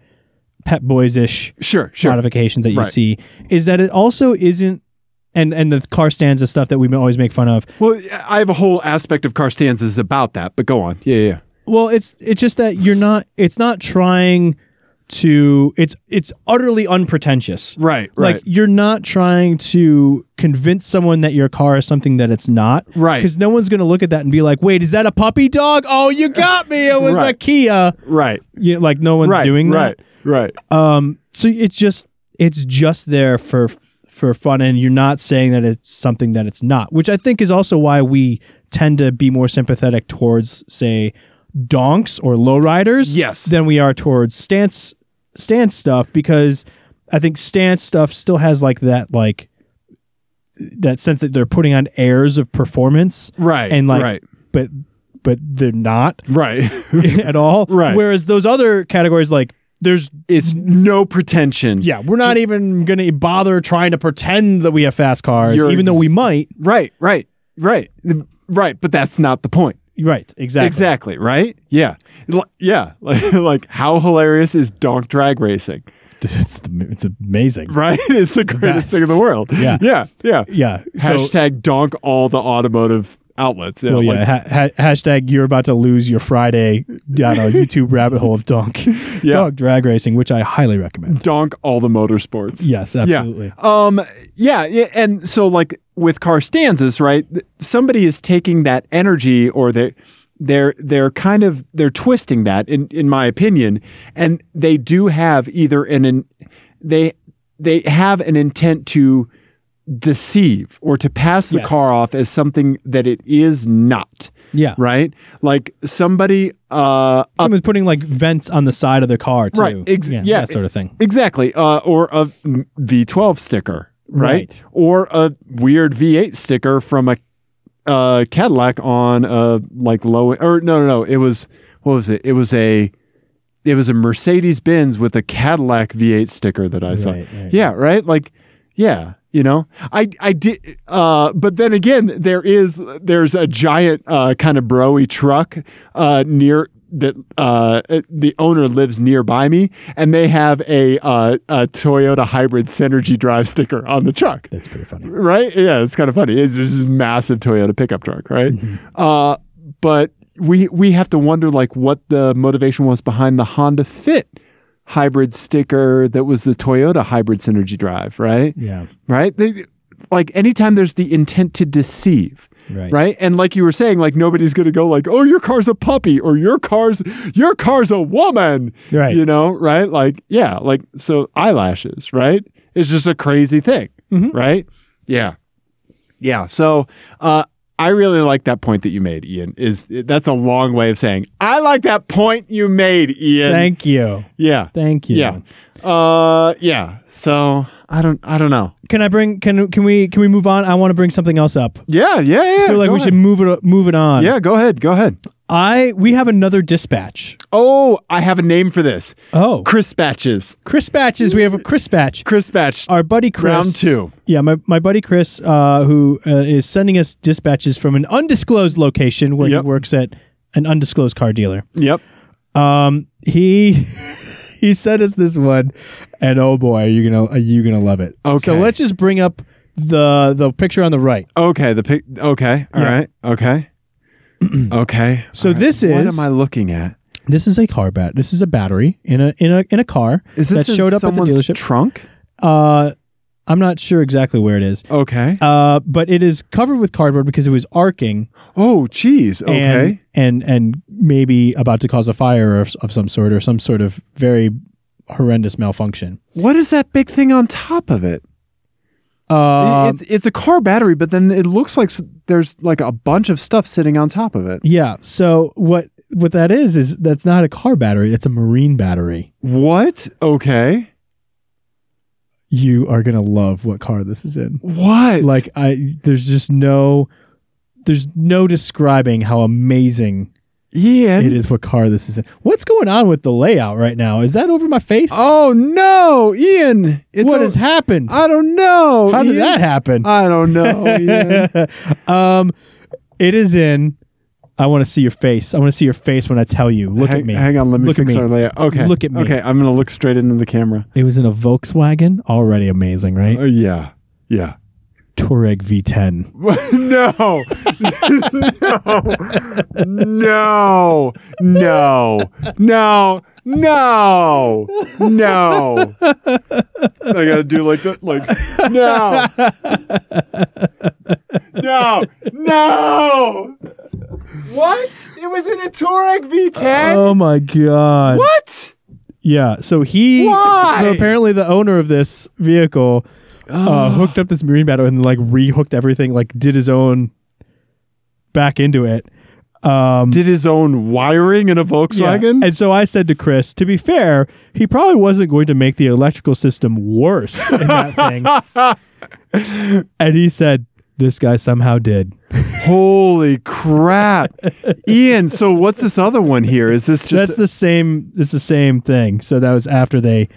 Pet Boys ish Sure, sure. modifications that you Right. see is that it also isn't, and, and the car stanza stuff that we always make fun of. well, I have a whole aspect of car stanzas about that, but go on. Yeah, yeah. Well, it's it's just that you're not. It's not trying to. It's it's utterly unpretentious. Right, Like you're not trying to convince someone that your car is something that it's not. Right. Because no one's going to look at that and be like, "Wait, is that a puppy dog? Oh, you got me! It was a Right. Kia." right, you know, like no one's right, doing right, right. that. Um, so it's just it's just there for for fun, and you're not saying that it's something that it's not, which I think is also why we tend to be more sympathetic towards say donks or lowriders Yes. than we are towards stance stance stuff because I think stance stuff still has like that like that sense that they're putting on airs of performance, Right. And, like- right. but but they're not Right. at all. Right. Whereas those other categories, like there's it's no pretension. yeah, we're not even gonna bother trying to pretend that we have fast cars, You're even though ex- we might. Right, right, right. The- Right, but that's not the point. Right, exactly. Exactly, right? Yeah. L- yeah, like like how hilarious is donk drag racing? It's, the, it's amazing. Right? It's the greatest best. thing in the world. Yeah. Yeah, yeah. Yeah. so, Hashtag donk all the automotive outlets. Yeah, well, like- yeah. Ha- ha- hashtag you're about to lose your Friday down a YouTube rabbit hole of donk, Yeah. dog drag racing, which I highly recommend. donk all the motorsports. Yes, absolutely. Um, yeah, yeah, and so like with car stanzas, right? th- Somebody is taking that energy, or they, they're they're kind of they're twisting that, in in my opinion, and they do have either an, an they they have an intent to deceive or to pass the Yes. car off as something that it is not, Yeah. right? Like somebody uh Someone's putting like vents on the side of the car too. Right, ex- yeah, yeah. that sort of thing. Exactly. Uh, or a V12 sticker, right? Right. Or a weird V8 sticker from a uh, Cadillac on a like low or no no no it was what was it it was a it was a Mercedes Benz with a Cadillac V8 sticker that I saw Right, right. yeah right like yeah you know I I did uh but then again there is there's a giant uh kind of broy truck uh near that uh the owner lives nearby me and they have a uh a Toyota hybrid Synergy drive sticker on the truck That's pretty funny. right? Yeah, it's kind of funny. It's this is massive Toyota pickup truck, right? Uh, but we we have to wonder like what the motivation was behind the Honda Fit hybrid sticker that was the Toyota hybrid synergy drive, right? Yeah. Right? They, like anytime there's the intent to deceive. Right. Right. And like you were saying, like nobody's gonna go like, oh, your car's a puppy or your car's your car's a woman. Right. You know, right? Like, yeah, like so eyelashes, right? It's just a crazy thing. Mhm. Right? Yeah. Mm-hmm. Yeah. So uh I really like that point that you made, Ian. Is that's a long way of saying I like that point you made, Ian. Thank you. yeah. Thank you. Yeah. Uh yeah. So I don't I don't know. Can I bring can can we can we move on? I want to bring something else up. Yeah, yeah, yeah. I feel like go we should ahead. move it move it on. Yeah, go ahead. Go ahead. I we have another dispatch. Oh, I have a name for this. Oh. Chris Batches. Chris Batches. We have a Chris Batch. Chris Batch. Our buddy Chris. Round two. Yeah, my, my buddy Chris, uh, who uh, is sending us dispatches from an undisclosed location where Yep. he works at an undisclosed car dealer. Yep. Um, he he sent us this one, and oh boy, you're gonna you're gonna love it. Okay. so let's just bring up the the picture on the right. Okay. The pic. Okay. all Yeah. right. Okay. okay. So all right. this What is- am I looking at? This is a car bat. This is a battery in a in a in a car Is this that showed in up at the someone's dealership. trunk? uh, I'm not sure exactly where it is. Okay. Uh, but it is covered with cardboard because it was arcing oh, geez. and, Okay. and and maybe about to cause a fire of, of some sort or some sort of very horrendous malfunction. what is that big thing on top of it? Um, it's, it's a car battery, but then it looks like s- there's like a bunch of stuff sitting on top of it. yeah. So what what that is is that's not a car battery. It's a marine battery. What? Okay. You are gonna love what car this is in. What? Like I, there's just no. There's no describing how amazing yeah. it is what car this is in. What's going on with the layout right now? Is that over my face? Oh no, Ian! It's what o- has happened? I don't know. how did Ian. that happen? I don't know. Ian. um, it is in. I want to see your face. I want to see your face when I tell you. Look hang, at me. Hang on, let me Look at fix me. our layout. Okay. Look at me. Okay, I'm gonna look straight into the camera. It was in a Volkswagen. Already amazing, right? Oh yeah, yeah. Touareg V10. no, no, no, no, no, no. I gotta do like that, like no, no, no. What? It was in a Touareg V10. Oh my god. what? Yeah. So he. Why? So apparently the owner of this vehicle uh, hooked up this marine battery and like rehooked everything. Like did his own back into it. Um, Did his own wiring in a Volkswagen? Yeah. And so I said to Chris, to be fair, he probably wasn't going to make the electrical system worse in that thing. and he said, this guy somehow did. Holy crap. Ian, so what's this other one here? Is this that's just the same. It's the same thing. So that was after they.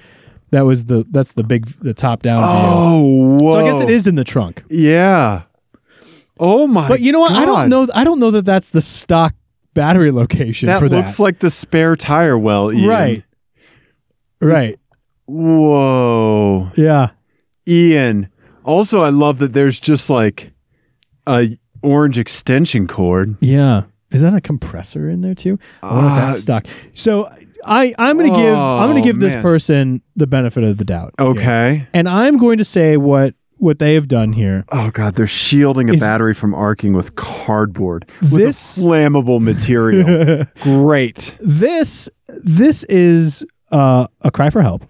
That was the. That's the big. The top down. Oh, whoa. view. So I guess it is in the trunk. Yeah. Oh my But you know what? I God. don't know. I don't know that that's the stock battery location That for that. looks like the spare tire well, Ian. right. Right. Whoa. Yeah. Ian. Also, I love that there's just like a orange extension cord. Yeah. Is that a compressor in there too? I wonder if Uh, that's stock. So I I'm gonna give I'm Oh, gonna give this man. person the benefit of the doubt. Yeah. Okay. And I'm going to say what what they have done here. Oh god, they're shielding a Is- battery from arcing with cardboard. With This- a flammable material. Great. this this is uh, a cry for help.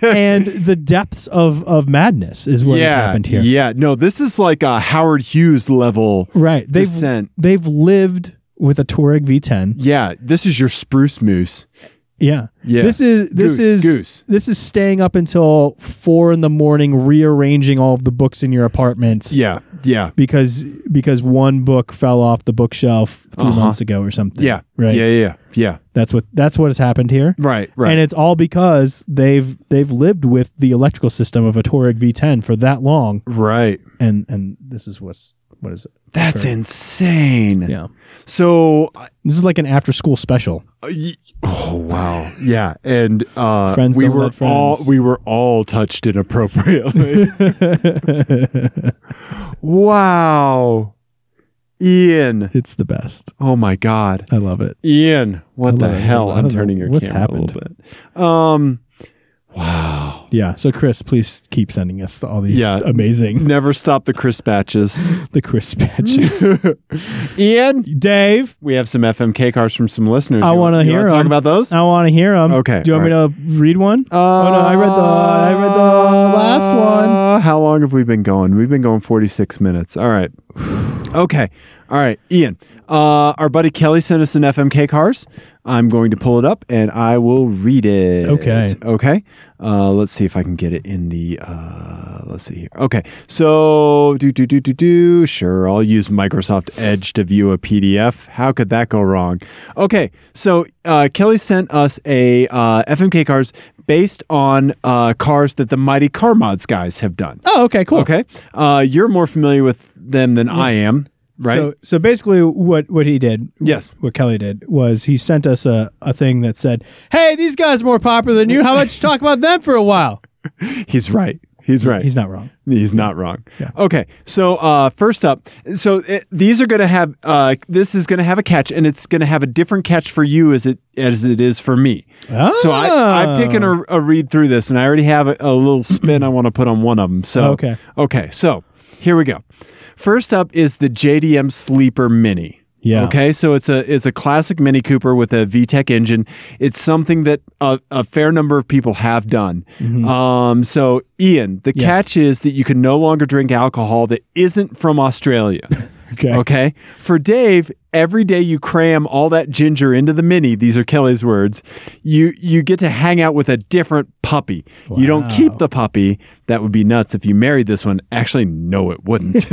and the depths of of madness is what has happened here. Yeah, no, this is like a Howard Hughes level Right. They've descent. they've lived with a Touareg V10. Yeah, this is your spruce moose. Yeah. Yeah, This is this Goose, is goose. this is staying up until four in the morning, rearranging all of the books in your apartment Yeah, yeah, because because one book fell off the bookshelf 3 Uh-huh. months ago or something. yeah, Right. yeah, yeah, yeah. That's what that's what has happened here. Right, right. And it's all because they've they've lived with the electrical system of a Touareg V10 for that long, right. and and this is what's what is it? That's Right. insane. Yeah, So, uh, this is like an after-school special. y- oh wow, yeah, and uh, Friends we don't were let friends. all we were all touched inappropriately. wow, Ian. it's the best. Oh my God. I love it. Ian, what I the love it. hell? I I'm don't know turning your what's camera a little happened. bit. Um, wow. Yeah. So Chris, please keep sending us all these Yeah. amazing Never stop the crisp batches. the Chris patches. Ian, Dave, we have some FMK cars from some listeners. I You wanna you hear talk 'em. about those. I want to hear them. Okay, Do you want me to read one? Uh, oh, no, I read the- I read the last one. Uh, How long have we been going? We've been going 46 minutes. All right. Okay. All right, Ian. Uh, our buddy Kelly sent us an FMK cars. I'm going to pull it up and I will read it. Okay. Okay. Uh, let's see if I can get it in the. Uh, let's see here. Okay. So do do do do do. Sure, I'll use Microsoft Edge to view a PDF. How could that go wrong? Okay. So uh, Kelly sent us a uh, FMK cars based on uh, cars that the Mighty Car Mods guys have done. Oh, okay, cool. Okay. Uh, you're more familiar with them than I am, right? So, so basically, what what he did, Yes. what Kelly did, was he sent us a, a thing that said, "Hey, these guys are more popular than you. How about you talk about them for a while?" He's right. He's right. He's not wrong. He's not wrong. Yeah. Okay. So uh, first up, so it, these are going to have uh, this is going to have a catch, and it's going to have a different catch for you as it as it is for me. So I, Oh. I've taken a, a read through this, and I already have a, a little spin I want to put on one of them. So Okay. okay. So here we go. First up is the JDM Sleeper Mini. Yeah. Okay, so it's a it's a classic Mini Cooper with a VTEC engine. It's something that a, a fair number of people have done. Um, so Ian, the Yes. catch is that you can no longer drink alcohol that isn't from Australia. Okay. okay, for Dave, every day you cram all that ginger into the Mini. These are Kelly's words. You you get to hang out with a different puppy. You don't keep Wow. the puppy. That would be nuts if you married this one. Actually, no, it wouldn't.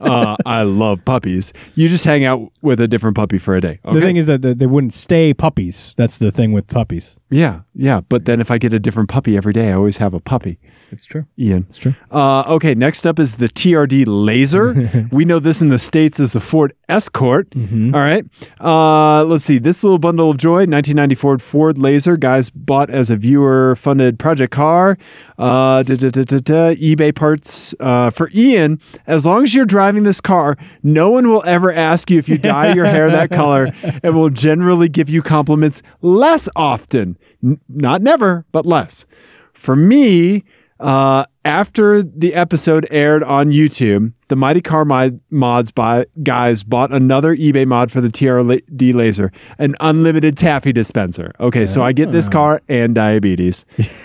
uh, I love puppies. You just hang out with a different puppy for a day. The thing is that they, they wouldn't stay puppies. That's the thing with puppies. yeah, yeah. But then if I get a different puppy every day, I always have a puppy. It's true. Ian. It's true. Uh, okay, next up is the TRD Laser. we know this in the States as the Ford Escort. All right. Uh, let's see. This little bundle of joy, 1994 Ford Laser, guys bought as a viewer funded project car. Uh, da, da, da, da, da, eBay parts. Uh, for Ian, as long as you're driving this car, no one will ever ask you if you dye your hair that color and will generally give you compliments less often. N- not never, but less. For me, uh, after the episode aired on YouTube, the Mighty Car mod- Mods buy- guys bought another eBay mod for the TRD Laser, an unlimited taffy dispenser. Okay, so I get this car and diabetes.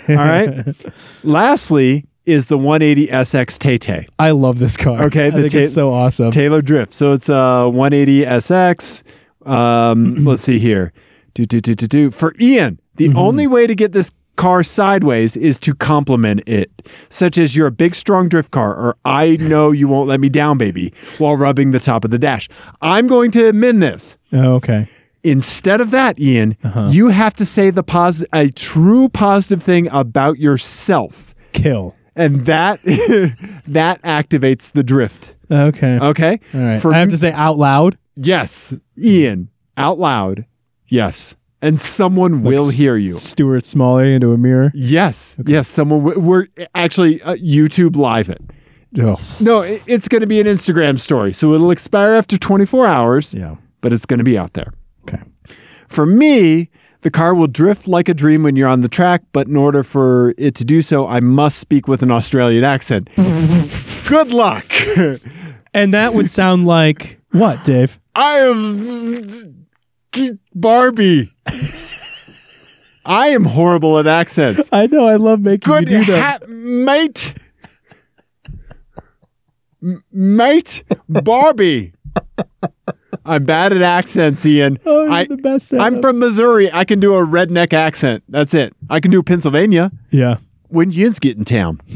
All right. Lastly is the 180 SX Tay I love this car. Okay, I the think ta- it's so awesome. Taylor Drift. So it's a 180 SX. Uh, Um, let's see here. Do, do, do, do, do. For Ian, the only way to get this car sideways is to compliment it, such as you're a big, strong drift car, or I know you won't let me down, baby, while rubbing the top of the dash. I'm going to amend this. Oh, okay. Instead of that, Ian, you have to say the posit- a true positive thing about yourself, Kill. and that that activates the drift. Okay. Okay. All right. For I have to say out loud. Yes, Ian, out loud. Yes. And someone will Like S- hear you. Stuart Smalley into a mirror. Yes. Yes, someone w- we're actually uh, YouTube live it. Oh, No, it, it's going to be an Instagram story. So it'll expire after 24 hours, yeah. but it's going to be out there. Okay. For me, the car will drift like a dream when you're on the track, but in order for it to do so, I must speak with an Australian accent. Good luck. And that would sound like what, Dave? I am Barbie. I am horrible at accents. I know. I love making Good you do that. hat, mate. M- mate, Barbie. I'm bad at accents, Ian. Oh, you're I, the best. At I'm it. from Missouri. I can do a redneck accent. That's it. I can do Pennsylvania yeah. when Ian's get in town.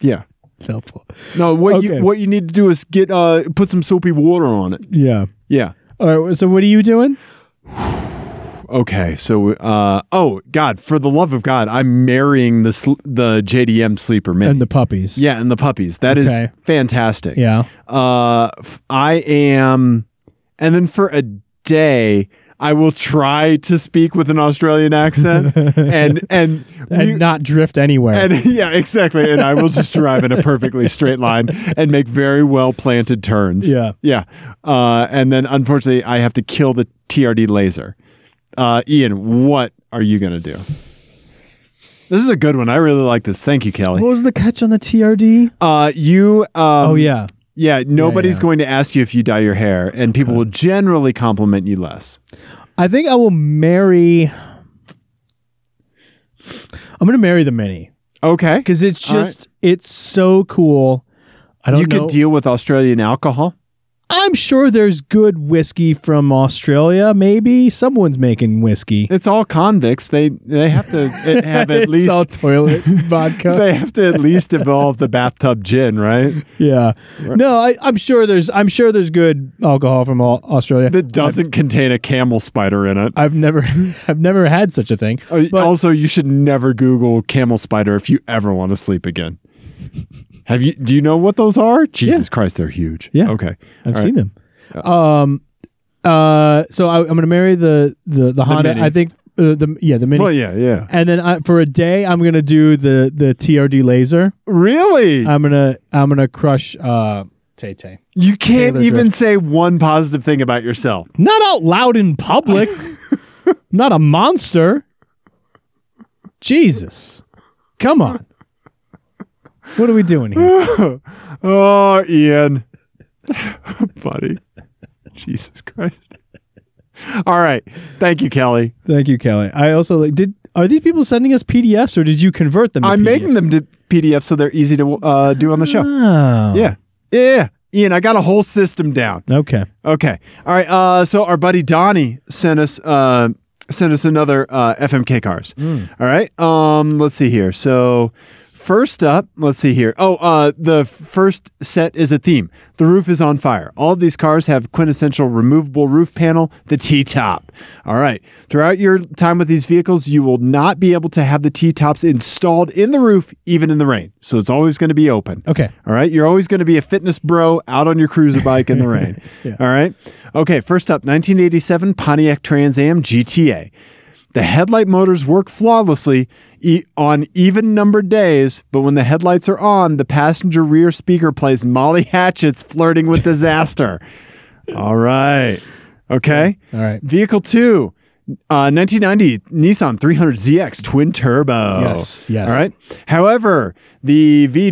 yeah. It's helpful. No, what Okay. you what you need to do is get uh put some soapy water on it. Yeah. Yeah. All right. So what are you doing? Okay, so uh oh God, for the love of God, I'm marrying the sl- the JDM sleeper man. And the puppies. yeah, and the puppies. That is Okay. fantastic. Yeah. Uh, f- I am, and then for a day, I will try to speak with an Australian accent, and and And you- not drift anywhere. and yeah, exactly. And I will just drive in a perfectly straight line and make very well planted turns. yeah. Yeah. Uh, and then unfortunately, I have to kill the TRD laser. Uh, Ian, what are you going to do? This is a good one. I really like this. Thank you, Kelly. was the catch on the TRD? Uh, you. Um, oh yeah. Yeah. Nobody's yeah. going to ask you if you dye your hair, and people will generally compliment you less. I think I will marry. I'm gonna marry the mini Okay. because it's All right. just it's so cool. I don't You know. could deal with Australian alcohol. I'm sure there's good whiskey from Australia. Maybe someone's making whiskey. It's all convicts. They they have to eh, have at it's least all toilet vodka. they have to at least evolve the bathtub gin, right? yeah. No, I, I'm sure there's I'm sure there's good alcohol from all, Australia. That doesn't contain a camel spider in it. I've never I've never had such a thing. Uh, But- also, you should never Google camel spider if you ever want to sleep again. Have you? Do you know what those are? Jesus Christ, they're huge. Yeah. Okay. I've All seen them. Um, uh, so I, I'm going to marry the the the Honda. Mini. I think uh, the yeah the mini. Well, yeah, yeah. and then I, for a day, I'm gonna do the the TRD laser. Really? I'm gonna I'm gonna crush uh, Tay Tay. you can't Taylor even Drift. say one positive thing about yourself. Not out loud in public. Not a monster. Jesus, come on. What are we doing here? Oh, Ian, buddy. Jesus Christ. All right. Thank you, Kelly. Thank you, Kelly. I also like did. Are these people sending us PDFs or did you convert them? To I'm PDFs? making them to PDF so they're easy to uh, do on the show. Oh. Yeah. Yeah. Ian, I got a whole system down. Okay. Okay. All right. Uh, so our buddy Donnie sent us uh, sent us another uh, FMK cars. All right. Um, let's see here. So first up, let's see here. Oh, uh, the first set is a theme. The roof is on fire. All of these cars have quintessential removable roof panel, the T top. All right. Throughout your time with these vehicles, you will not be able to have the T tops installed in the roof, even in the rain. So it's always going to be open. Okay. All right. You're always going to be a fitness bro out on your cruiser bike in the rain. Yeah. All right. Okay. First up 1987 Pontiac Trans Am GTA. The headlight motors work flawlessly e- on even numbered days, but when the headlights are on, the passenger rear speaker plays Molly Hatchett's Flirting with Disaster. All right. Okay. All right. Vehicle two, uh, 1990 Nissan 300ZX twin turbo. Yes, yes. All right. However, the E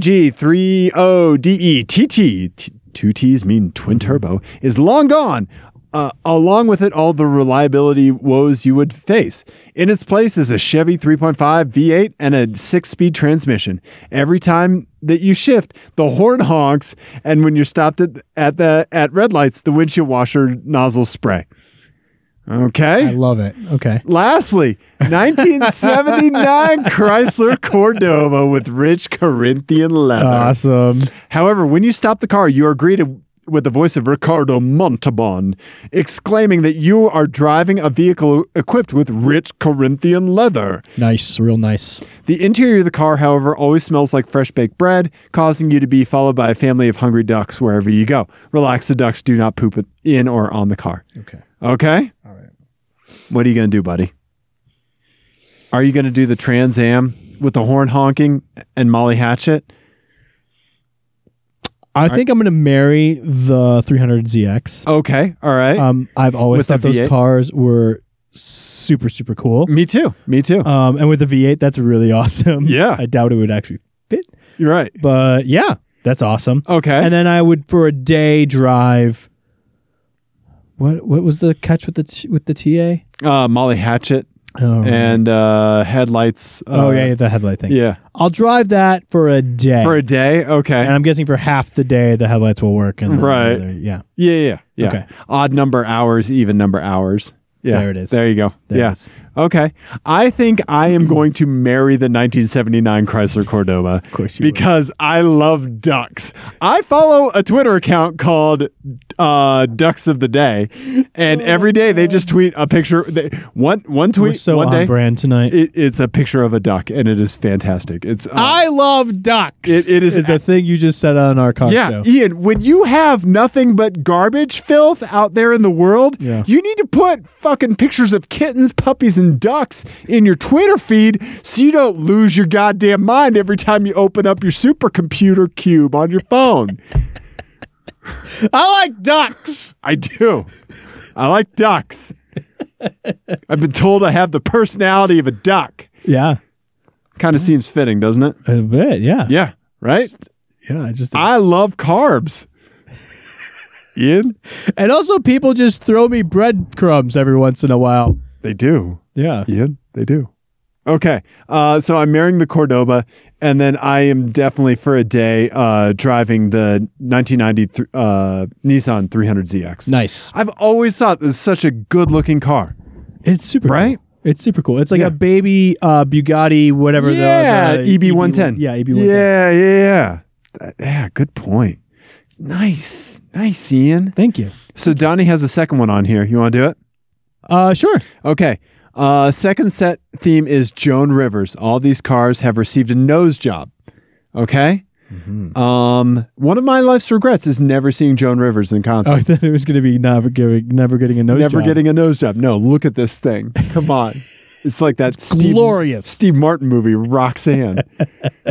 VG30DE TT, t- two T's mean twin turbo, is long gone. uh, along with it, all the reliability woes you would face. In its place is a Chevy 3.5 V8 and a six speed transmission. Every time that you shift, the horn honks, and when you're stopped at, at, the, at red lights, the windshield washer nozzles spray. I Okay. love it. Okay. Lastly, 1979 Chrysler Cordova with rich Corinthian leather. Awesome. However, when you stop the car, you are greeted with the voice of Ricardo Montalban, exclaiming that you are driving a vehicle equipped with rich Corinthian leather. Nice. Real nice. The interior of the car, however, always smells like fresh baked bread, causing you to be followed by a family of hungry ducks wherever you go. Relax, the ducks do not poop it in or on the car. Okay. Okay? All right. What are you going to do, buddy? Are you going to do the Trans Am with the horn honking and Molly Hatchet? I think I'm going to marry the 300ZX. Okay. All right. Um, I've always With the thought those V8? cars were super, super cool. me too. Me too. Um, and with the V8, that's really awesome. Yeah. I doubt it would actually fit, You're right. but yeah, that's awesome. Okay. And then I would for a day drive. What what was the catch with the t- with the TA? uh, Molly Hatchet Oh, and uh, headlights. Uh, oh yeah, yeah, the headlight thing. yeah. I'll drive that for a day, For a day, okay. and I'm guessing for half the day the headlights will work. And then the Right. other- yeah. yeah, yeah, yeah. Okay. Odd number hours, even number hours. Yeah, There it is. There you go. There it yeah. is. Okay. I think I am going to marry the 1979 Chrysler Cordova. Of course you would. because I love ducks. I follow a Twitter account called uh, Ducks of the Day, and every day they just tweet a picture. They, one one We're tweet so one on day. brand tonight. It, it's a picture of a duck, and it is fantastic. It's uh, I love ducks. It- it is- is a thing you just said on our car Yeah, show. Ian, when you have nothing but garbage filth out there in the world, Yeah. you need to put fucking pictures of kittens, puppies, and ducks in your Twitter feed so you don't lose your goddamn mind every time you open up your supercomputer cube on your phone. I like ducks. I do. I like ducks. I've been told I have the personality of a duck. Yeah, Kind of seems fitting, doesn't it? a bit. Yeah, Yeah, right? yeah. I just I love carbs. Ian, and also people just throw me breadcrumbs every once in a while. they do. Yeah. Yeah, they do. Okay. Uh, so I'm marrying the Cordoba, and then I am definitely for a day uh, driving the 1990 uh, Nissan 300ZX. Nice. I've always thought this is such a good looking car. It's super Right? Cool. It's super cool. It's like Yeah. a baby uh, Bugatti, whatever. the- yeah, E the, EB110. Yeah, EB one ten. Yeah, yeah, yeah. That- yeah, good point. Nice. Nice, Ian. Thank you. So Donnie has a second one on here. You want to do it? Uh, sure. Okay. Uh, second set theme is Joan Rivers. All these cars have received a nose job. Okay. Um, one of my life's regrets is never seeing Joan Rivers in concert. Oh, I thought it was going to be never giving, never getting a nose. never job. getting a nose job. No, look at this thing. Come on. It's like that Steve, glorious. Steve Martin movie, Roxanne.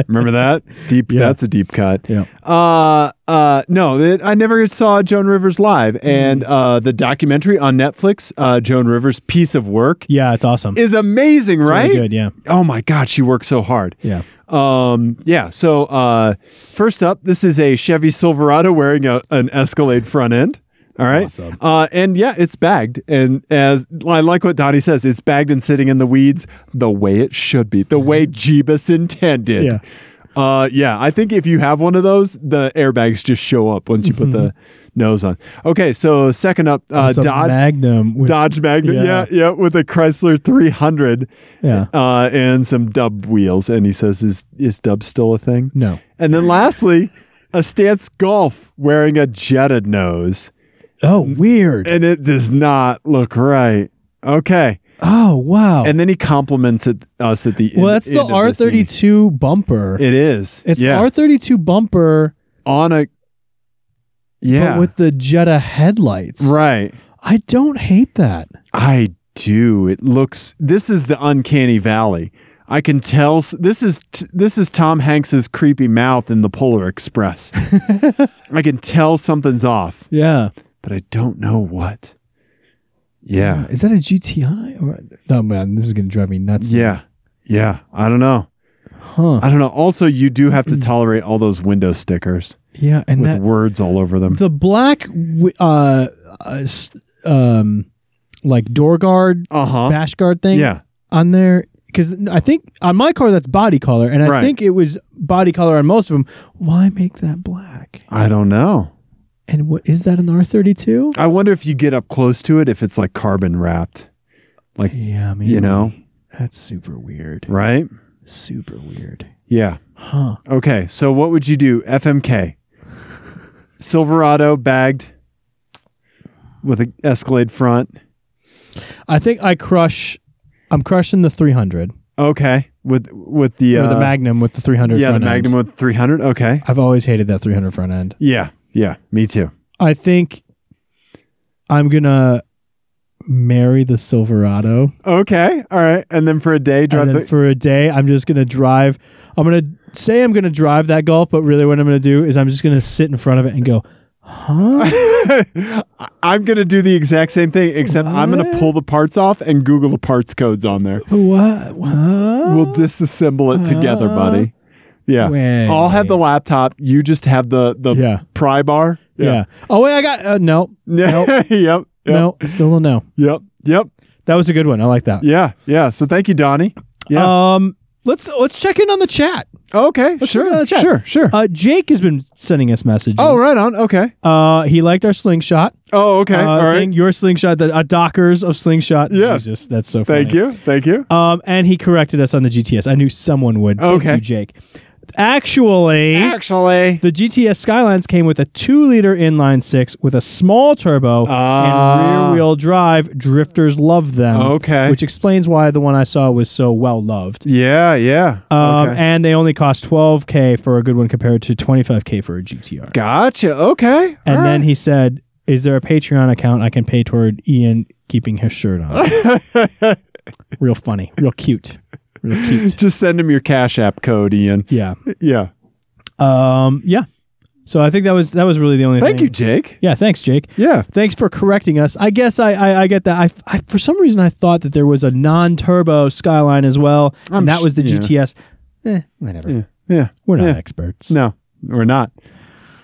Remember that? Deep. Yeah. That's a deep cut. Yeah. Uh, uh, no, it, I never saw Joan Rivers live. Mm-hmm. And uh, the documentary on Netflix, uh, Joan Rivers' piece of work, Yeah, it's awesome. is amazing, It's right? really good. Yeah. oh my god she worked so hard Yeah. um yeah so uh first up this is a chevy silverado wearing a, an escalade front end all right Awesome. uh and yeah it's bagged and as i like what donnie says it's bagged and sitting in the weeds the way it should be the way jeebus intended Yeah. uh yeah i think if you have one of those the airbags just show up once you put the Mm-hmm. nose on okay so second up uh It's a dodge Magnum. With, Dodge Magnet, Yeah. yeah, yeah, with a Chrysler 300 yeah. uh, and some dub wheels. And he says, "Is is dub still a thing?" No. And then lastly, a Stance Golf wearing a jetted nose, Oh, weird. Mm. and it does not look right. Okay, oh, wow. and then he compliments it, us at the well, end- that's the end of scene. R32 bumper. It is. it's yeah. the R32 bumper, on a yeah, but with the Jetta headlights. right. I don't hate that. I do. It looks. This is the uncanny valley. I can tell. s- This is t- this is Tom Hanks's creepy mouth in the Polar Express. I can tell something's off, Yeah. but I don't know what. Yeah, Is that a GTI? Or, oh, man, this is going to drive me nuts. yeah, yeah. I don't know. Huh. I don't know. Also, you do have to tolerate all those window stickers Yeah. And with Hmm. that words all over them. the black wi- uh, uh, s- um, like door guard, Uh huh. bash guard thing Yeah. on there because I think on my car that's body color, and I Right. think it was body color on most of them. Why make that black? I don't know. And what is that an R thirty two? I wonder if you get up close to it if it's like carbon wrapped, Like, yeah, maybe. you know, that's super weird. right? Super weird. Yeah. Huh? Okay. So what would you do? FMK. Silverado bagged with an Escalade front. I think I crush. I'm crushing the three hundred Okay. With with the or uh, the Magnum with the three hundred. yeah the Magnum with 300. Okay. I've always hated that three hundred front end. Yeah. Yeah. Me too. I think I'm gonna marry the Silverado. Okay. All right. And then for a day drive and then the, for a day, I'm just gonna drive. I'm gonna say I'm gonna drive that golf, but really, what I'm gonna do is I'm just gonna sit in front of it and go, "Huh? I- I'm gonna do the exact same thing, except I'm gonna What? pull the parts off and Google the parts codes on there. What? Huh? We'll disassemble it together, Uh, buddy. Yeah, wait. I'll have the laptop. You just have the the yeah, pry bar. yeah, Oh wait, I got uh, no, yeah, yep, yep, no, still a no. yep, yep. That was a good one. I like that. Yeah, yeah. So thank you, Donnie. Yeah. Um, let's let's check in on the chat. okay, Let's check it sure, out, chat. Mm-hmm. sure, sure. Uh, Jake has been sending us messages. oh, right on. Okay. Uh, he liked our slingshot. Oh, okay. Uh, All right. thing, your slingshot, the uh, Dockers of slingshot. Yeah. Jesus, that's so. Funny. Thank you. Thank you. Um, and he corrected us on the GTS. I knew someone would. Thank Okay. you, Jake. Actually, Actually. the GTS Skylines came with a two-liter inline six with a small turbo Ah. and rear-wheel drive. Drifters love them. Okay. which explains why the one I saw was so well loved. Yeah, yeah. Um, okay. and they only cost 12k for a good one compared to 25k for a GTR. Gotcha. Okay. and All then right. he said, "Is there a Patreon account I can pay toward Ian keeping his shirt on?" real funny, real cute, real cute. Just send him your Cash App code, Ian. Yeah. Yeah. Um, yeah. So I think that was that was really the only. Thank thing. you, Jake. Yeah, thanks, Jake. Yeah. Thanks for correcting us. I guess I I, I get that. I, I for some reason I thought that there was a non-turbo Skyline as well, I'm and that was the sh- yeah. GTS. Eh, whatever. Yeah. Yeah. We're not Yeah. experts. No, we're not.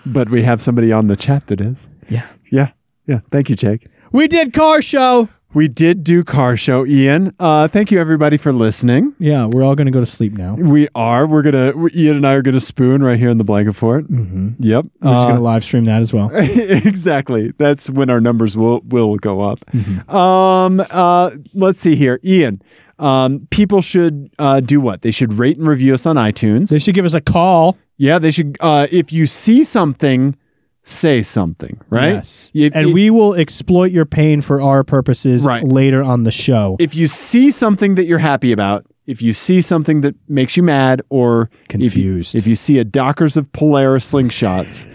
But we have somebody on the chat that is. Yeah. Yeah. Yeah. Thank you, Jake. We did car show. We did do car show, Ian. Uh, thank you everybody for listening. Yeah, we're all gonna go to sleep now. We are. We're gonna. we- Ian and I are gonna spoon right here in the blanket fort. Mm-hmm. Yep. We're just gonna Uh, live stream that as well. exactly. That's when our numbers will will go up. Mm-hmm. Um, uh, let's see here, Ian. Um, people should uh, do what? They should rate and review us on iTunes. They should give us a call, yeah, they should. Uh, if you see something, say something. Right. Yes, If- and if- we will exploit your pain for our purposes Right. later on the show. if you see something that you're happy about, if you see something that makes you mad, or if you- Confused. if you, see a Dockers of Polaris slingshots,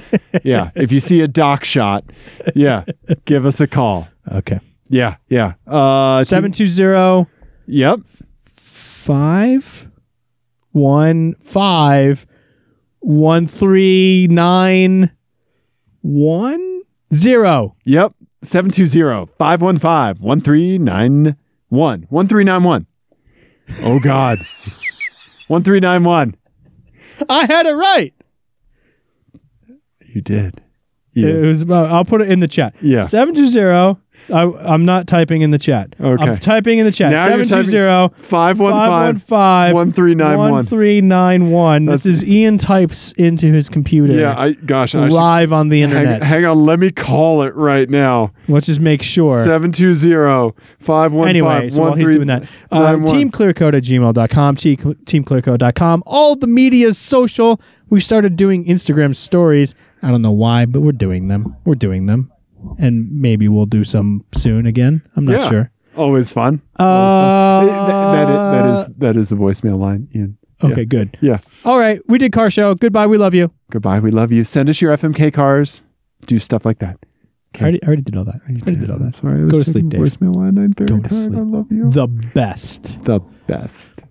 yeah, if you see a dock shot, yeah, give us a call. okay, Yeah, yeah. Uh, seven two zero. two- yep. five one five one three nine one zero. Yep. 720-515-1391. 1391. Oh God. 1391. I had it right. You did. It was about I'll put it in the chat. Yeah. Seven two zero. I I'm not typing in the chat. Okay. I'm typing in the chat. Now you're Seven typing- two zero 515 515 1391. 1391. This That's- is Ian types into his computer Yeah, I gosh, I should- live on the hang- internet. hang on, let me call it right now. Let's just make sure. 720-515-1391. anyway, so while he's doing that, uh, nine one. teamclearcode at gmail.com, te- teamclearcode.com, all the media's social. We started doing Instagram stories. I don't know why, but we're doing them. We're doing them. And maybe we'll do some soon again. I'm not Yeah. sure. Always fun. Uh, Th- that, is, that is that is the voicemail line. Ian. Okay, good. Yeah. All right. We did Car Show. Goodbye. We love you. Goodbye. We love you. Send us your FMK cars. Do stuff like that. I, already, I already did all that. I already did all I'm that. sorry. I was Go to checking sleep, Dave. Voicemail line. I'm very Go to tired. I sleep. love you. The best. the best.